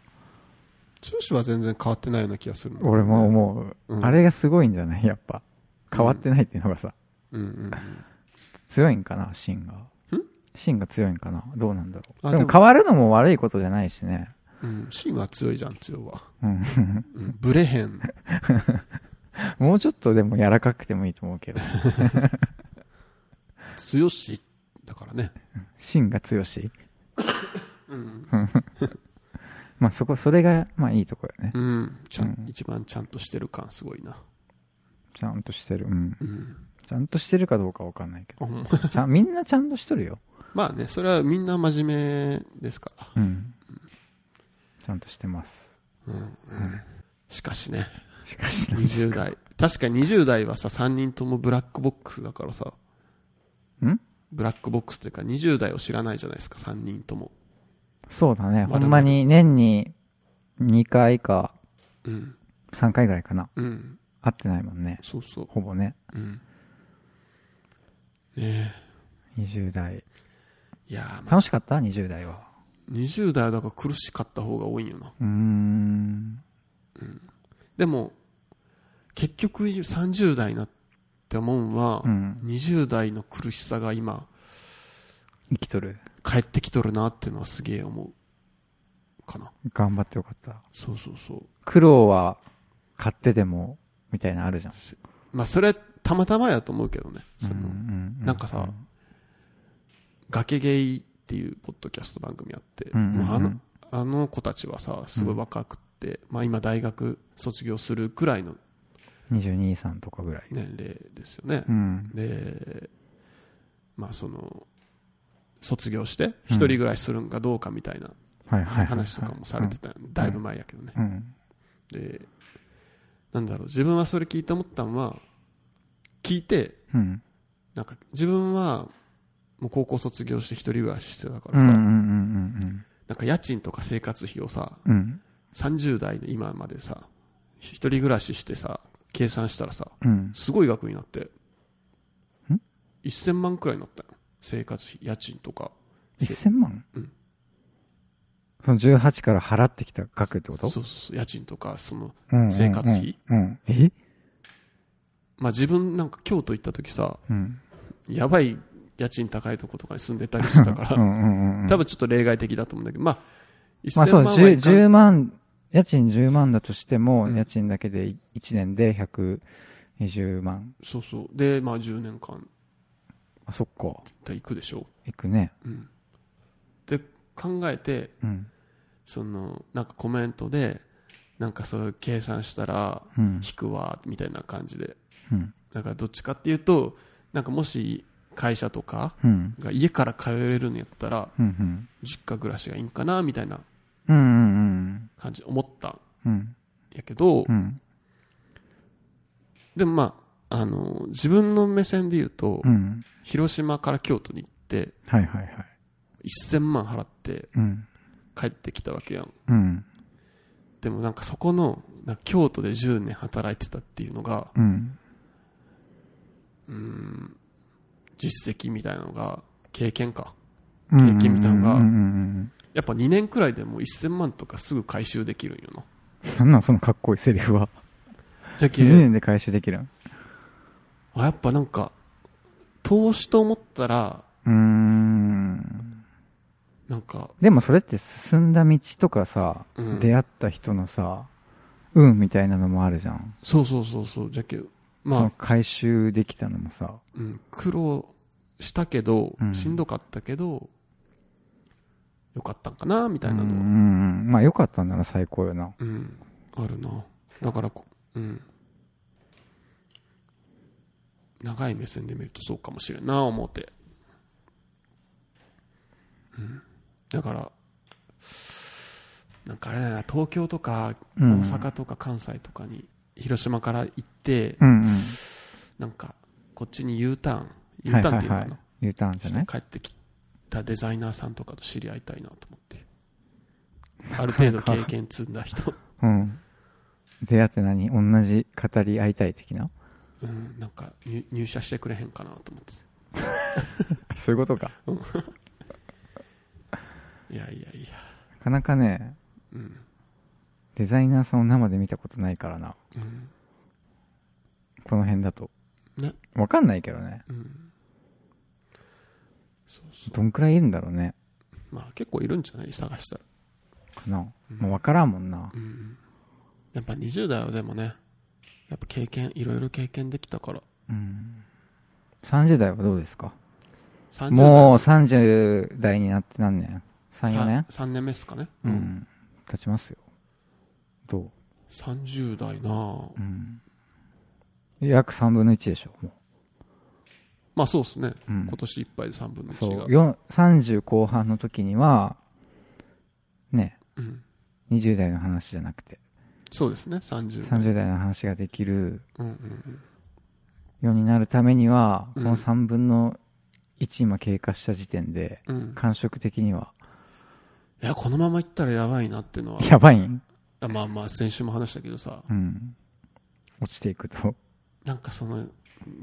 Speaker 2: 中止は全然変わってないような気がするんだけどね
Speaker 3: 俺も思う。
Speaker 2: うん
Speaker 3: あれがすごいんじゃない やっぱ。変わってないっていうのがさ、
Speaker 2: うんうん
Speaker 3: 強いんかな芯が。
Speaker 2: ん
Speaker 3: 芯が強いんかなどうなんだろう。
Speaker 2: あ
Speaker 3: で
Speaker 2: で
Speaker 3: も
Speaker 2: も
Speaker 3: 変わるのも悪いことじゃないしね。
Speaker 2: うん。うん。芯は強いじゃん、強は。
Speaker 3: うん。
Speaker 2: うん。ブレへん。
Speaker 3: もうちょっとでも柔らかくてもいいと思う けど。
Speaker 2: 強し、だからね。
Speaker 3: 芯が強し。
Speaker 2: うん。
Speaker 3: まあそこ、それが、まあいいところよね。
Speaker 2: うん。ちゃん、
Speaker 3: うん
Speaker 2: 一番ちゃんとしてる感すごいな。
Speaker 3: ちゃんとしてる。うん。
Speaker 2: うん。
Speaker 3: ちゃんとしてるかどうかわかんないけ
Speaker 2: あほんま
Speaker 3: ど。 ちゃんみんなちゃんとしとるよ。
Speaker 2: まあね、それはみんな真面目ですか
Speaker 3: うん。ちゃんとしてます。
Speaker 2: ら。うん。うん、しかしね、
Speaker 3: しかしなんです
Speaker 2: 20代。確か20代はさ、3人ともブラックボックスだからさ、
Speaker 3: ん
Speaker 2: ブラックボックスというか20代を知らないじゃないですか、3人とも。
Speaker 3: そうだね。
Speaker 2: まだ
Speaker 3: ほんまに年に2回か
Speaker 2: うん。
Speaker 3: 3回ぐらいかな。
Speaker 2: うん。
Speaker 3: 会ってないもんね。
Speaker 2: そうそう。
Speaker 3: ほぼね。
Speaker 2: うん。ね
Speaker 3: 20代。
Speaker 2: え。いやー、まあ、
Speaker 3: 楽しかった ?20 代は。
Speaker 2: 20代はだから苦しかった方が多いんよな。
Speaker 3: うーん。
Speaker 2: でも、結局30代になって思うんは、
Speaker 3: うん。
Speaker 2: 20代の苦しさが今、
Speaker 3: 生きとる。
Speaker 2: 帰ってきとるなっていうのはすげえ思う。かな。
Speaker 3: 頑張ってよかった。
Speaker 2: そうそうそう。
Speaker 3: 苦労は買ってでも、みたいなのあるじゃん。
Speaker 2: まあ、それはたまたまやと思うけどね。その、なんかさ、崖ゲイっていうポッドキャスト番組あって、
Speaker 3: うんうんうん
Speaker 2: まあ、あの、あの子たちはさ、すごい若くって、まあ今大学卒業するくらいの
Speaker 3: 22、3とかぐらい。
Speaker 2: 年齢ですよね
Speaker 3: う。ん。
Speaker 2: で、まあその、卒業して一人暮らしするんかどうかみたいな
Speaker 3: はいはいはい。
Speaker 2: 話とかもされてたよねだいぶ前やけどね。
Speaker 3: うん。
Speaker 2: で、なんだろう、自分はそれ聞いて思ったんは、聞いて、
Speaker 3: うん。
Speaker 2: なんか自分はもう高校卒業して一人暮らししてたか
Speaker 3: う
Speaker 2: ら
Speaker 3: ん。うん。
Speaker 2: さ、
Speaker 3: うんうん。
Speaker 2: なんか家賃とか生活費をさ、
Speaker 3: うん。うん。
Speaker 2: 30代の今までさ、ひ一人暮らししてさ、計算したらさ、
Speaker 3: うん。
Speaker 2: すごい額になって、1000万くらいになったよ。生活費、家賃とか。
Speaker 3: 1000万
Speaker 2: うん
Speaker 3: その18から払ってきた額ってこ
Speaker 2: そ
Speaker 3: と
Speaker 2: うそうそう、家賃とか、その、
Speaker 3: うんうんうん
Speaker 2: 生活費
Speaker 3: うん。え
Speaker 2: まあ自分なんか京都行った時さ、
Speaker 3: うん。
Speaker 2: やばい家賃高いとことかに住んでたりしてたから、
Speaker 3: うんうんうん。
Speaker 2: 多分ちょっと例外的だと思うんだけど、まあ、1000
Speaker 3: まあそう、
Speaker 2: 万はい
Speaker 3: 10
Speaker 2: かん
Speaker 3: 10万、家賃10万だとしても、
Speaker 2: うん
Speaker 3: 家賃だけで1年で120万。
Speaker 2: そうそう。で、まあ10年間
Speaker 3: あ、そっか。
Speaker 2: で行くでしょ
Speaker 3: いくね。
Speaker 2: う。うん。で、考えて、
Speaker 3: うん。
Speaker 2: その、なんかコメントで、なんかそういう計算したら、
Speaker 3: うん。
Speaker 2: 引くわ、みたいな感じで。
Speaker 3: うん。
Speaker 2: だからどっちかっていうと、なんかもし会社とか
Speaker 3: うん。
Speaker 2: が家から通えるんやったら、
Speaker 3: うん。うん。
Speaker 2: 実家暮らしがいいんかな、みたいな
Speaker 3: うん。うん。
Speaker 2: 感じ思ったん
Speaker 3: うん。
Speaker 2: やけど
Speaker 3: う、ん。
Speaker 2: でもまあ、あの、自分の目線で言うと
Speaker 3: う、ん。
Speaker 2: 広島から京都に行って、
Speaker 3: はいはいはい。
Speaker 2: 1000万払って
Speaker 3: うん。
Speaker 2: 帰ってきたわけやん。
Speaker 3: うん。
Speaker 2: でもなんかそこの、なんか京都で10年働いてたっていうのが、
Speaker 3: うん。
Speaker 2: うーん、実績みたいなのが、経験か。
Speaker 3: うん
Speaker 2: 経験みたいなのが
Speaker 3: うんうんうん
Speaker 2: やっぱ2年くらいでもう1000万とかすぐ回収できるんよな。
Speaker 3: うん。なんなんそのかっこいいセリフは。
Speaker 2: じゃ
Speaker 3: 2
Speaker 2: け、
Speaker 3: 年で回収できるん
Speaker 2: あやっぱなんか、投資と思ったら、
Speaker 3: うーん。
Speaker 2: なんか、
Speaker 3: でもそれって進んだ道とかさ、
Speaker 2: うん
Speaker 3: 出会った人のさ、運みたいなのもあるじゃん。
Speaker 2: そうそうそうそう、じゃけ、
Speaker 3: その
Speaker 2: まあ、
Speaker 3: 回収できたのもさ。
Speaker 2: うん、苦労したけど
Speaker 3: う、ん
Speaker 2: しんどかったけど、よかったんかな、みたいな
Speaker 3: うんう
Speaker 2: のは、
Speaker 3: んうん。まあよかったんなら最高よな。
Speaker 2: うん、あるな。だからこ、うん。長い目線で見るとそうかもしれんな、思って。うん。だから、なんかあれだな、東京とか、
Speaker 3: うん
Speaker 2: 大阪とか関西とかに広島から行って、
Speaker 3: うんうん。
Speaker 2: なんか、こっちに U ターン、U ターンっていうのかな、
Speaker 3: はいはいはい、U ターンじゃない
Speaker 2: して帰ってきたデザイナーさんとかと知り合いたいなと思って。ある程度経験積んだ人。
Speaker 3: うん。出会って何同じ語り合いたい的な
Speaker 2: うん、なんか入入社してくれへんかなと思って
Speaker 3: そういうことか。
Speaker 2: いやいやいや
Speaker 3: なかなかね、
Speaker 2: うん、
Speaker 3: デザイナーさんを生で見たことないからな。
Speaker 2: うん、
Speaker 3: この辺だと。
Speaker 2: ね
Speaker 3: わかんないけどね。
Speaker 2: うんそうそう
Speaker 3: どんくらいいるんだろうね。
Speaker 2: まあ結構いるんじゃない探したら
Speaker 3: かな。
Speaker 2: うん
Speaker 3: まあ、わからんもんな
Speaker 2: う。んやっぱ20代はでもねやっぱ経験いろいろ経験できたから
Speaker 3: うん。30代はどうですか
Speaker 2: 30代
Speaker 3: もう30代になって何年 ?3、4年
Speaker 2: 3, 年目っすかね、
Speaker 3: う、ん。経ちますよ。どう
Speaker 2: 30代なあ
Speaker 3: うん。約3分の1でしょ、も
Speaker 2: まあそうっすね、
Speaker 3: う。うん
Speaker 2: 今。年いっぱいで3分の
Speaker 3: そ
Speaker 2: 1
Speaker 3: う
Speaker 2: が。
Speaker 3: よん30後半の時には、ね、
Speaker 2: うん、
Speaker 3: 20代の話じゃなくて、
Speaker 2: そうですね30代
Speaker 3: 30代の話ができる
Speaker 2: うんうん
Speaker 3: ようになるためには、
Speaker 2: うん
Speaker 3: この3分の1今経過した時点で、
Speaker 2: うんうん
Speaker 3: 感触的には、
Speaker 2: いやこのままいったらやばいなっていうのは
Speaker 3: やばいん
Speaker 2: あまあまあ先週も話したけどさ、
Speaker 3: うん。落ちていくと。
Speaker 2: なんかその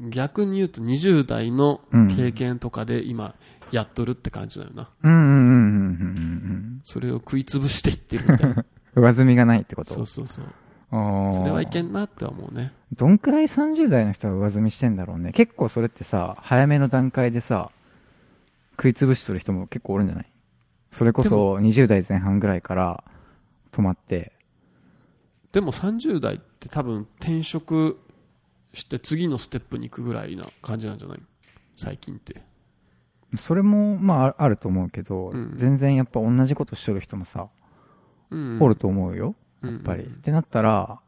Speaker 2: 逆に言うと20代の経験とかで今やっとるって感じだよな、
Speaker 3: うんうんうんうんうん
Speaker 2: それを食い潰していってるみた いな
Speaker 3: うん。上積みがないってこと
Speaker 2: そうそうそう
Speaker 3: あー
Speaker 2: それはいけんなって思うね
Speaker 3: どんくらい30代の人は上積みしてんだろうね。結構それってさ、早めの段階でさ、食いつぶしとる人も結構おるんじゃないそれこ
Speaker 2: で
Speaker 3: そ20代前半ぐらいから止まって。
Speaker 2: でも30代って多分転職して次のステップに行くぐらいな感じなんじゃない最近って
Speaker 3: それも、まああ、あると思うけど、
Speaker 2: うん
Speaker 3: 全然やっぱ同じことしとる人もさ、
Speaker 2: うん
Speaker 3: おると思うよ。
Speaker 2: や
Speaker 3: やっぱり。ってなったら、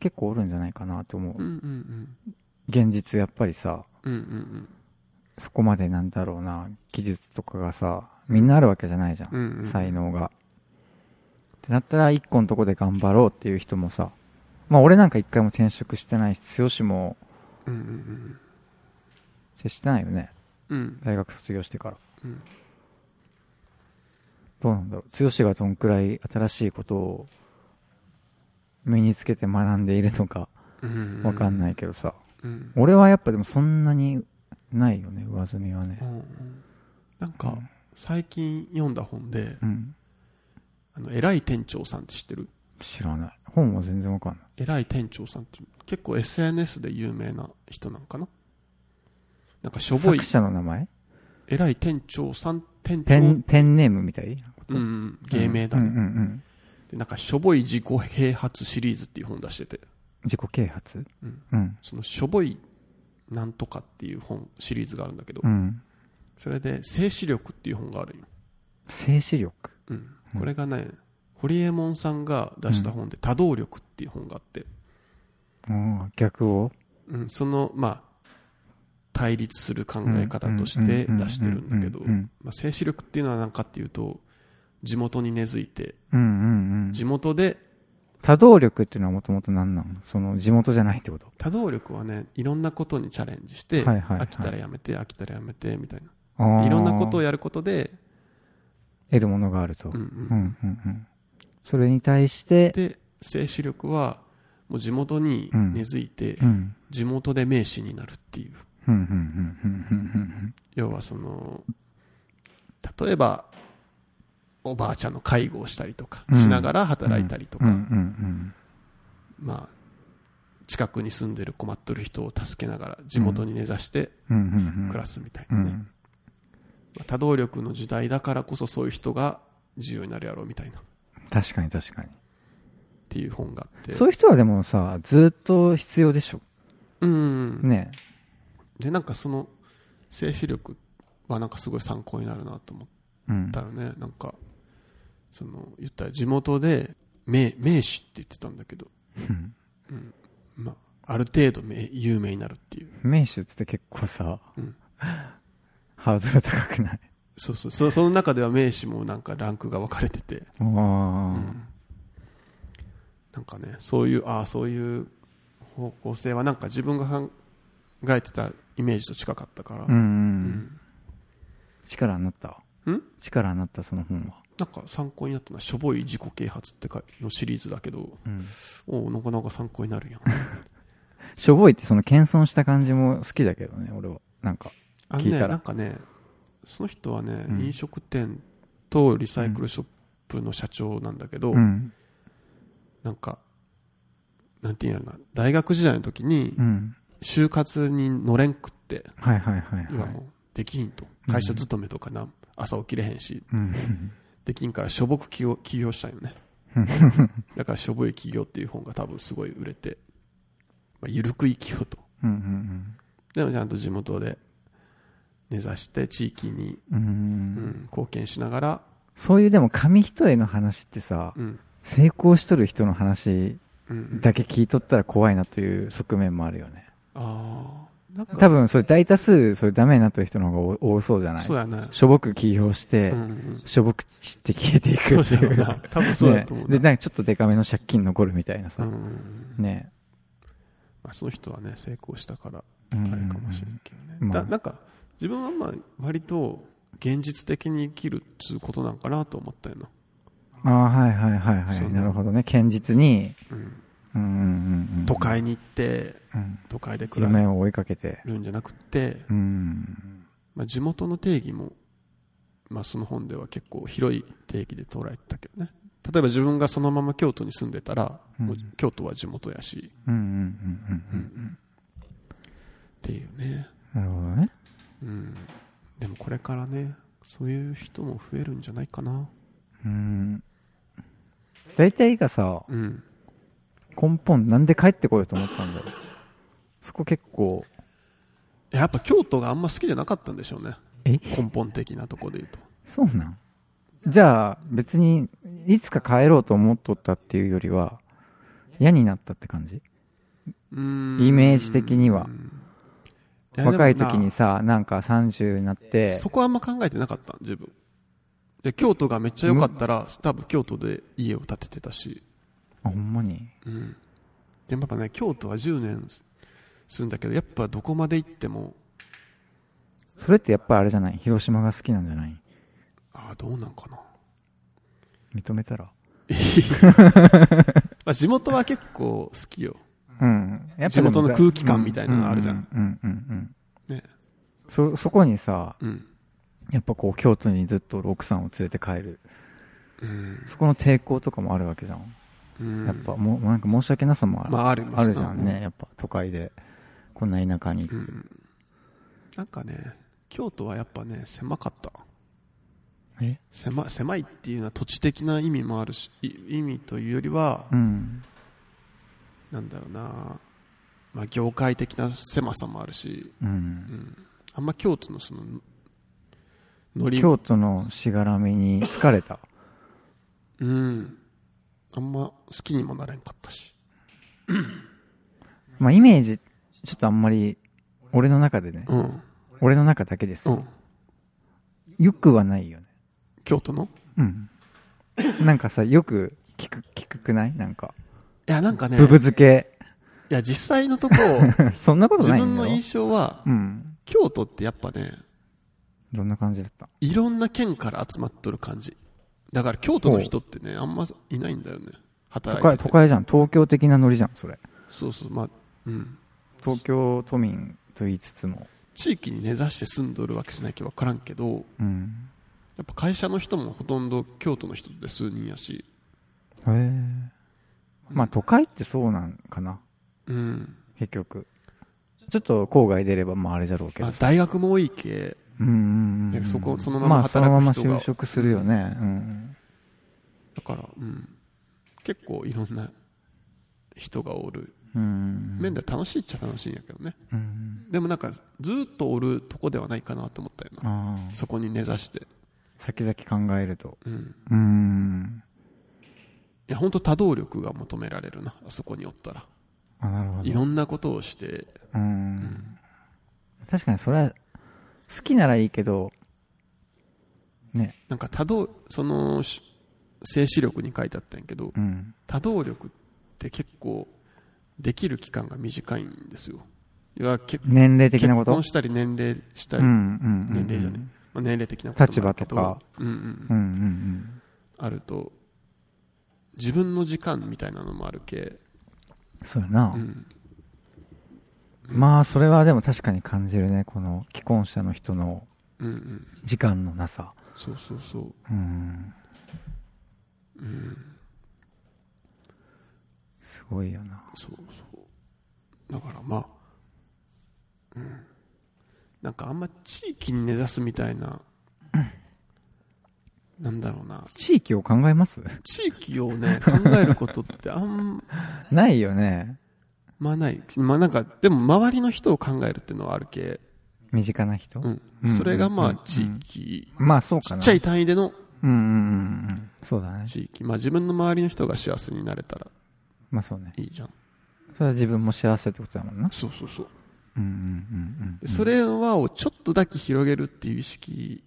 Speaker 3: 結構おるんじゃないかなと思う。
Speaker 2: うんうん
Speaker 3: 現実やっぱりさ、
Speaker 2: うんうんうん
Speaker 3: そこまでなんだろうな、技術とかがさ、みんなあるわけじゃないじゃん
Speaker 2: うんうんうん
Speaker 3: 才能が。ってなったら、一個のとこで頑張ろうっていう人もさ、まあ俺なんか一回も転職してないし、剛も
Speaker 2: うんうん
Speaker 3: 接してないよね。
Speaker 2: うんうん
Speaker 3: 大学卒業してから。
Speaker 2: うん
Speaker 3: どうなんだろう。剛がどんくらい新しいことを身につけて学んでいるのか
Speaker 2: うん
Speaker 3: わかん
Speaker 2: い、
Speaker 3: ないけどさ、
Speaker 2: うん
Speaker 3: 俺はやっぱでもそんなにないよね、上積みは
Speaker 2: う
Speaker 3: ね。
Speaker 2: んうんなんか最近読んだ本で、
Speaker 3: うん。
Speaker 2: あの偉い店長さんって知ってる
Speaker 3: 知らない。本は全然わかんない。
Speaker 2: 偉い店長さんって結構 SNS で有名な人なんかななんかしょぼい
Speaker 3: 作者の名前
Speaker 2: 偉い店長さん店長
Speaker 3: ペン、ペンネームみたいなこと
Speaker 2: うんうん芸名だね、
Speaker 3: うんうんうん。
Speaker 2: でなんかしょぼい自己啓発シリーズっていう本出してて、
Speaker 3: 自己啓発
Speaker 2: うん
Speaker 3: うん。
Speaker 2: そのしょぼいなんとかっていう本シリーズがあるんだけど、
Speaker 3: うん。
Speaker 2: それで静止力っていう本があるよ、
Speaker 3: 静止力。
Speaker 2: うん
Speaker 3: うん
Speaker 2: これがね堀エモ門さんが出した本で多動力っていう本があって、
Speaker 3: うん逆を
Speaker 2: うん、そのまあ対立する考え方として出してるんだけど
Speaker 3: うんうん
Speaker 2: まあ静止力っていうのは何かっていうと地元に根付いて
Speaker 3: うんうんうん。
Speaker 2: 地元で
Speaker 3: 多動力っていうのはもともと何なのその地元じゃないってこと
Speaker 2: 多動力はねいろんなことにチャレンジして
Speaker 3: はいはいはい
Speaker 2: 飽きたらやめて飽きたらやめてみたい
Speaker 3: あー
Speaker 2: ないろんなことをやることで
Speaker 3: 得るものがあると。
Speaker 2: うんう
Speaker 3: うんんうんうん。それに対して、
Speaker 2: で静止力はもう地元に根付いて
Speaker 3: うん。
Speaker 2: 地元で名士になるっていう
Speaker 3: うんうんうんうんうん
Speaker 2: 要はその例えばおばあちゃんの介護をしたりとか
Speaker 3: うん
Speaker 2: しながら働いたりとか、
Speaker 3: うんうんうん
Speaker 2: まあ、近くに住んでる困ってる人を助けながら地元に根ざして
Speaker 3: うんうんうんうん。
Speaker 2: 暮らすみたいうなね、
Speaker 3: ん。
Speaker 2: まあ多動力の時代だからこそそういう人が重要になるやろうみたいなっ
Speaker 3: 確かに確かに。
Speaker 2: ていう本があって
Speaker 3: そういう人はでもさ、ずっと必要でしょ。
Speaker 2: うん、
Speaker 3: ね
Speaker 2: でなんかその静止力はなんかすごい参考になるなと思っ
Speaker 3: うん
Speaker 2: た。らねなんかその言ったら地元で名名士って言ってたんだけど
Speaker 3: うん
Speaker 2: まあ、ある程度名有名になるっていう。
Speaker 3: 名手って結構さ、
Speaker 2: うん
Speaker 3: ハードル高くない
Speaker 2: そうそう。そその中では名詞もなんかランクが分かれてて。
Speaker 3: ああ、
Speaker 2: うんなんかね、そういう、ああ、そういう方向性はなんか自分が考えてたイメージと近かったから。
Speaker 3: うんうんう。
Speaker 2: うんん。
Speaker 3: 力になった。
Speaker 2: うん
Speaker 3: 力になった、その本は。
Speaker 2: なんか参考になったのは、しょぼい自己啓発ってかのシリーズだけど、
Speaker 3: うん。
Speaker 2: おお、なかなか参考になる やん。
Speaker 3: しょぼいって、その謙遜した感じも好きだけどね、俺は。なんか。
Speaker 2: あの
Speaker 3: 聞い
Speaker 2: ね、
Speaker 3: たら
Speaker 2: なんかね、その人はね、
Speaker 3: うん
Speaker 2: 飲食店とリサイクルショップの社長なんだけど、
Speaker 3: うん。
Speaker 2: なんか、なんていうんやろな、大学時代の時に
Speaker 3: う、ん。
Speaker 2: 就活にのれんくって、
Speaker 3: はいはいはいは
Speaker 2: 今
Speaker 3: い。
Speaker 2: もうできひんと、
Speaker 3: うん
Speaker 2: 会社勤めとかな、朝起きれへんし、
Speaker 3: うん。
Speaker 2: できんからしょぼく起業起業したんよ ね。だから、しょぼい起業っていう本が多分すごい売れて、まあ、ゆるく生きようと。
Speaker 3: うんうん
Speaker 2: でもちゃんと地元で根ざして、地域に、
Speaker 3: うん。うん
Speaker 2: う
Speaker 3: うんうん。
Speaker 2: ん、貢献しながら、
Speaker 3: そういうでも紙一重の話ってさ、
Speaker 2: うん、
Speaker 3: 成功しとる人の話
Speaker 2: うん、
Speaker 3: だけ聞いとったら怖いなという側面もあるよね。
Speaker 2: ああ、なんか、
Speaker 3: 多分それ大多数それダメになってる人の方が多多そうじゃない
Speaker 2: そうやね。
Speaker 3: しょぼく起業して、
Speaker 2: うんうん、
Speaker 3: しょぼく散って消えていくって
Speaker 2: そうだ
Speaker 3: い
Speaker 2: よ
Speaker 3: う。
Speaker 2: な。多分そうだと思う
Speaker 3: ねで、
Speaker 2: な。
Speaker 3: なんかちょっとデカめの借金残るみたいな
Speaker 2: う
Speaker 3: さ。
Speaker 2: んうんうん
Speaker 3: ね
Speaker 2: まあ、その人はね、成功したから、
Speaker 3: あ
Speaker 2: あれかもしれんけどね。
Speaker 3: うんうんうんまあ
Speaker 2: だなんか、自分はまあ、割と、現実的に生きるっていうことなんかなと思ったよな。
Speaker 3: ああ、はいはいはいは
Speaker 2: そう
Speaker 3: い。
Speaker 2: ね
Speaker 3: なるほどね。堅実に、
Speaker 2: うん、
Speaker 3: うんうんうんうん、
Speaker 2: 都会に行って、
Speaker 3: うん、
Speaker 2: 都会で暮ら
Speaker 3: 夢を追いかけて。
Speaker 2: るんじゃなくて、
Speaker 3: うん。
Speaker 2: まあ、地元の定義も、まあ、その本では結構広い定義で捉えてたけどね。例えば自分がそのまま京都に住んでたら、
Speaker 3: うん
Speaker 2: もう京都は地元やし、
Speaker 3: うんうんうんうんうん。
Speaker 2: っていうね。
Speaker 3: なるほどね。
Speaker 2: うん。でもこれからね、そういう人も増えるんじゃないかな。
Speaker 3: うん。大体がさ、
Speaker 2: うん。
Speaker 3: 根本なんで帰ってこようと思ったんだろうそこ結構
Speaker 2: やっぱ京都があんま好きじゃなかったんでしょうね。
Speaker 3: え
Speaker 2: 根本的なとこで言うと。
Speaker 3: そうなんじゃあ別にいつか帰ろうと思っとったっていうよりは嫌になったって感じ
Speaker 2: うん
Speaker 3: イメージ的には
Speaker 2: うんやでもな
Speaker 3: 若い時にさなんか30になって
Speaker 2: そこはあんま考えてなかった、自分。で京都がめっちゃ良かったら、多分京都で家を建ててたし。
Speaker 3: あほんまに
Speaker 2: うん。でもやっぱね、京都は10年す住んだけど、やっぱどこまで行っても、
Speaker 3: それってやっぱりあれじゃない広島が好きなんじゃない
Speaker 2: ああ、どうなんか な。
Speaker 3: 認めたら
Speaker 2: まあ地元は結構好きよ。
Speaker 3: うんやっぱ
Speaker 2: 地元の空気感みたいなのあるじゃん
Speaker 3: うんうんうん、うん、
Speaker 2: ね。
Speaker 3: そそこにさ
Speaker 2: うん。
Speaker 3: やっぱこう京都にずっと奥さんを連れて帰る
Speaker 2: うん。
Speaker 3: そこの抵抗とかもあるわけじゃん
Speaker 2: うん
Speaker 3: やっぱもう、なんか申し訳なさもある,、
Speaker 2: まああるんですな
Speaker 3: じゃんね、やっぱ都会で、こんな田舎に。
Speaker 2: うん。なんかね、京都はやっぱね、狭かった。
Speaker 3: え
Speaker 2: 狭狭いっていうのは土地的な意味もあるし、い意味というよりは、
Speaker 3: うん。
Speaker 2: なんだろうな、まあ、業界的な狭さもあるし、
Speaker 3: う。
Speaker 2: うんん、あんま京都のその、ノリ、
Speaker 3: 京都のしがらみに疲れた。
Speaker 2: うん、あんま好きにもなれんかったし。
Speaker 3: まあイメージ、ちょっとあんまり、俺の中でね、
Speaker 2: うん、
Speaker 3: 俺の中だけです
Speaker 2: う
Speaker 3: よ。
Speaker 2: ん、
Speaker 3: よくはないよね。
Speaker 2: 京都の
Speaker 3: うん。なんかさ、よく聞く、聞くくないなんか、
Speaker 2: いや、なんかね、
Speaker 3: ブブ漬け。
Speaker 2: いや、実際のとこ、
Speaker 3: そんなこと
Speaker 2: 自
Speaker 3: ないんだ
Speaker 2: 分
Speaker 3: よ。
Speaker 2: の印象は
Speaker 3: う、ん。
Speaker 2: 京都ってやっぱね、
Speaker 3: どんな感じだった
Speaker 2: いろんな県から集まっとる感じ。だから京都の人ってね、あんまいないんだよね。
Speaker 3: 都
Speaker 2: 働い
Speaker 3: 会、
Speaker 2: て
Speaker 3: 都
Speaker 2: て。
Speaker 3: 会じゃん。東京的なノリじゃん、それ。
Speaker 2: そうそう、まあ、うん。
Speaker 3: 東京都民と言いつつも。
Speaker 2: 地域に根ざして住んどるわけじゃないけど分からんけど、
Speaker 3: うん。
Speaker 2: やっぱ会社の人もほとんど京都の人で数人やし、
Speaker 3: へえ。まあ都会ってそうなんかな、
Speaker 2: うん。
Speaker 3: 結局。ちょっと郊外出れば、まああれじゃろうけ
Speaker 2: まあ
Speaker 3: どさ。
Speaker 2: 大学も多いけ、
Speaker 3: うんうんう
Speaker 2: だから
Speaker 3: ん。
Speaker 2: そこそのまま働く人が
Speaker 3: まあそのまま就職するよね。うん。
Speaker 2: だから、うん。結構いろんな人がおる。
Speaker 3: うん。
Speaker 2: 面では楽しいっちゃ楽しいんやけどね。
Speaker 3: うん。
Speaker 2: でもなんか、ずーっとおるとこではないかなと思ったよな。
Speaker 3: ああ。
Speaker 2: そこに根ざして。
Speaker 3: 先々考えると。
Speaker 2: うん。
Speaker 3: うん。
Speaker 2: いや、本当多動力が求められるな、あそこにおったら。
Speaker 3: あ、なるほ
Speaker 2: い
Speaker 3: ど。
Speaker 2: ろんなことをして、
Speaker 3: うん。確かにそれは、好きならいいけど、ね。
Speaker 2: なんか多動、その、し静止力に書いてあったんやけど
Speaker 3: う、ん。
Speaker 2: 多動力っって結構できる期間が短いんですよ。いや結
Speaker 3: 年齢的なこ
Speaker 2: 結
Speaker 3: と
Speaker 2: 婚したり年齢した
Speaker 3: うん
Speaker 2: り、
Speaker 3: うんうん
Speaker 2: 年
Speaker 3: う
Speaker 2: 齢じゃねえ
Speaker 3: ん、
Speaker 2: まあ、年齢的なこともあるけど
Speaker 3: 立場とか
Speaker 2: うんうん
Speaker 3: うんうん
Speaker 2: あると自分の時間みたいなのもあるけ、
Speaker 3: うんそうやな、
Speaker 2: うん、
Speaker 3: まあそれはでも確かに感じるねこの既婚者の人の
Speaker 2: うんうん
Speaker 3: 時間のなさ
Speaker 2: そうそうそう
Speaker 3: うん
Speaker 2: うん
Speaker 3: すごいよな
Speaker 2: そうそうだからまあ、うん、なんかあんま地域に根ざすみたいな、なんだろうな
Speaker 3: 地域を考えます
Speaker 2: 地域をね考えることってあん
Speaker 3: ないよね
Speaker 2: まないまあなんかでも周りの人を考えるっていうのはあるけ、
Speaker 3: 身近な人、
Speaker 2: うん
Speaker 3: うん
Speaker 2: それがま
Speaker 3: う
Speaker 2: あ
Speaker 3: ん
Speaker 2: 地域、
Speaker 3: まあそう
Speaker 2: ち
Speaker 3: か
Speaker 2: っ
Speaker 3: な
Speaker 2: ちゃい単位での
Speaker 3: うんうんうんうんそうだね
Speaker 2: 地域まあ自分の周りの人が幸せになれたら
Speaker 3: まあそうね
Speaker 2: いいじゃん
Speaker 3: それは自分も幸せってことだもんな
Speaker 2: そうそうそう
Speaker 3: うんうんうんう
Speaker 2: で
Speaker 3: ん
Speaker 2: それはをちょっとだけ広げるっていう意識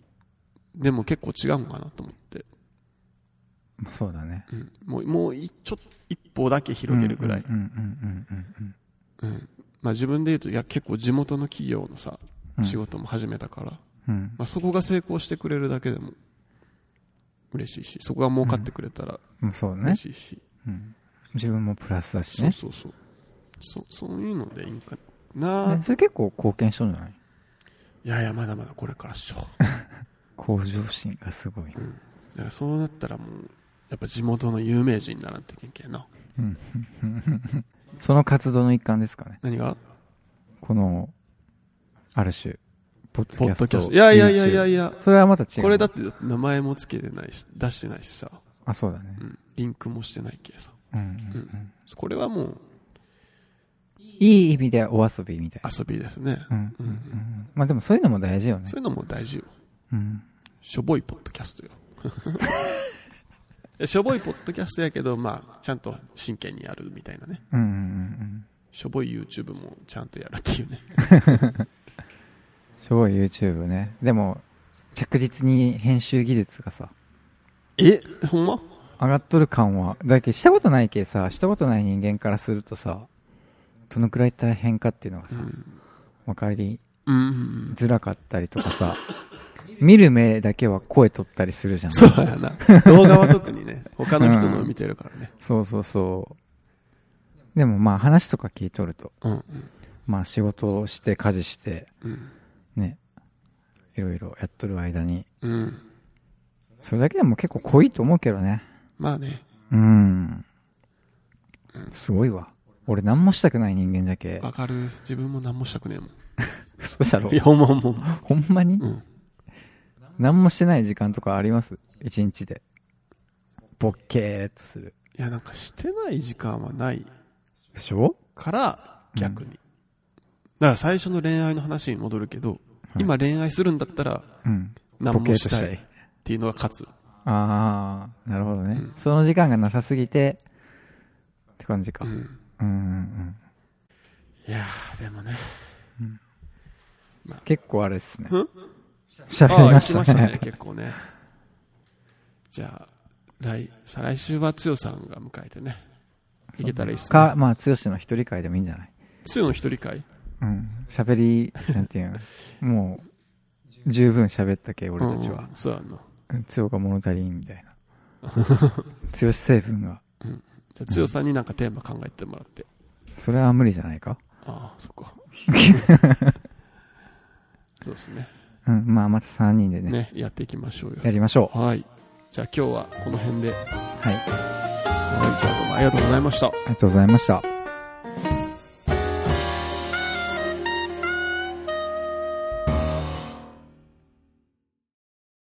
Speaker 2: でも結構違うんかなと思って、
Speaker 3: まあそうだね
Speaker 2: うん、もうもういちょっと一歩だけ広げるぐらい、
Speaker 3: うんうんうんうんうん
Speaker 2: うんまあ、自分で言うといや結構地元の企業のさ
Speaker 3: うん
Speaker 2: 仕事も始めたから、
Speaker 3: うんうん
Speaker 2: まあ、そこが成功してくれるだけでも嬉しいしそこが儲かってくれたら
Speaker 3: まあそうね
Speaker 2: 嬉しいし、
Speaker 3: うん自分もプラスだしね
Speaker 2: そうそうそうそそういうのでいいんかな、
Speaker 3: ねそれ結構貢献しとんじゃない
Speaker 2: いやいやまだまだこれからっ しょ
Speaker 3: 向上心がすごいな
Speaker 2: だからそうなったらもうやっぱ地元の有名人にならんといけんけんな
Speaker 3: うん その活動の一環ですかね。
Speaker 2: 何が
Speaker 3: この、ある種、ポッドキ
Speaker 2: ポ
Speaker 3: ャ
Speaker 2: ッド
Speaker 3: スト。
Speaker 2: キャストいやいやいやいや
Speaker 3: YouTube
Speaker 2: いや
Speaker 3: それはまた違う。
Speaker 2: これだって名前も付けてないし出してないしさ、
Speaker 3: あ、そうだね
Speaker 2: う。ん、リンクもしてないけさ
Speaker 3: うんうんうん
Speaker 2: これはもう
Speaker 3: いい意味でお遊びみたいな。
Speaker 2: 遊びですね、
Speaker 3: うんうんう
Speaker 2: うん
Speaker 3: んまあでもそういうのも大事よね
Speaker 2: そうい。うのも大事よ
Speaker 3: うん。
Speaker 2: しょぼいポッドキャスト よいやしょぼいポッドキャストやけどまあちゃんと真剣にやるみたいなね
Speaker 3: うんうんうん
Speaker 2: しょぼい YouTube もちゃんとやるっていうね
Speaker 3: うん。すごい YouTube ね。でも、着実に編集技術がさ、
Speaker 2: えほんま
Speaker 3: 上がっとる感は。だけどしたことないけさ、したことない人間からするとさ、どのくらい大変かっていうのが
Speaker 2: う
Speaker 3: さ、
Speaker 2: ん
Speaker 3: わかり
Speaker 2: うんうん
Speaker 3: づらかったりとかさ、見る目だけは声取ったりするじゃん。
Speaker 2: そ
Speaker 3: そう
Speaker 2: やな動画は特にね他の人のを見てるからね
Speaker 3: うそうそう。でもまあ話とか聞いとると、
Speaker 2: うんうん
Speaker 3: まあ仕事をして家事して、
Speaker 2: うん
Speaker 3: ね、いろいろやっとる間に、
Speaker 2: うん
Speaker 3: それだけでも結構濃いと思うけどね。
Speaker 2: まあね
Speaker 3: うん。すごいわ。俺何もしたくない人間じゃけ。
Speaker 2: わかる自分も何もしたくねえもん
Speaker 3: 嘘じゃろ
Speaker 2: い。や、ほんまほんまほんま。
Speaker 3: ほんまに
Speaker 2: うん。
Speaker 3: 何もしてない時間とかあります一日で。ボッケーっとする。
Speaker 2: いや、なんかしてない時間はない
Speaker 3: でしょ
Speaker 2: から、逆に。だから最初の恋愛の話に戻るけど、
Speaker 3: い
Speaker 2: 今恋愛するんだったら、
Speaker 3: うん。
Speaker 2: 何
Speaker 3: ボ
Speaker 2: も
Speaker 3: ケーっと
Speaker 2: し
Speaker 3: したた
Speaker 2: い
Speaker 3: い
Speaker 2: っていうのが勝つ。
Speaker 3: ああ、なるほどね、
Speaker 2: うん
Speaker 3: その時間がなさすぎて、って感じか。
Speaker 2: う
Speaker 3: うん、
Speaker 2: ん。
Speaker 3: うん、うん。
Speaker 2: いやー、でもね。
Speaker 3: 結構あれですね。
Speaker 2: ん
Speaker 3: 喋りまし
Speaker 2: あー行き
Speaker 3: たね。
Speaker 2: 結構ね。じゃあ、来、再来週は強さんが迎えてね。いけたらいいっすね
Speaker 3: か、。まあ、剛の一人会でもいいんじゃない
Speaker 2: 強の一人会
Speaker 3: うん。喋り、なんていうのもう、十分喋ったけ、俺たち
Speaker 2: う
Speaker 3: は
Speaker 2: ん。そうやんな。
Speaker 3: 剛が物足りんみたいな。剛成分が。
Speaker 2: じゃあ、強さんになんかテーマ考えてもらって。
Speaker 3: それは無理じゃないか
Speaker 2: ああ、そっ か。そうですね。
Speaker 3: うん。まあ、また3人でね、
Speaker 2: ね、やっていきましょうよ。
Speaker 3: やりましょう。
Speaker 2: はい。じゃあ今日はこの辺で。はい。
Speaker 3: はい。あ
Speaker 2: じゃあどうもありがとうございました。
Speaker 3: りがとうございました。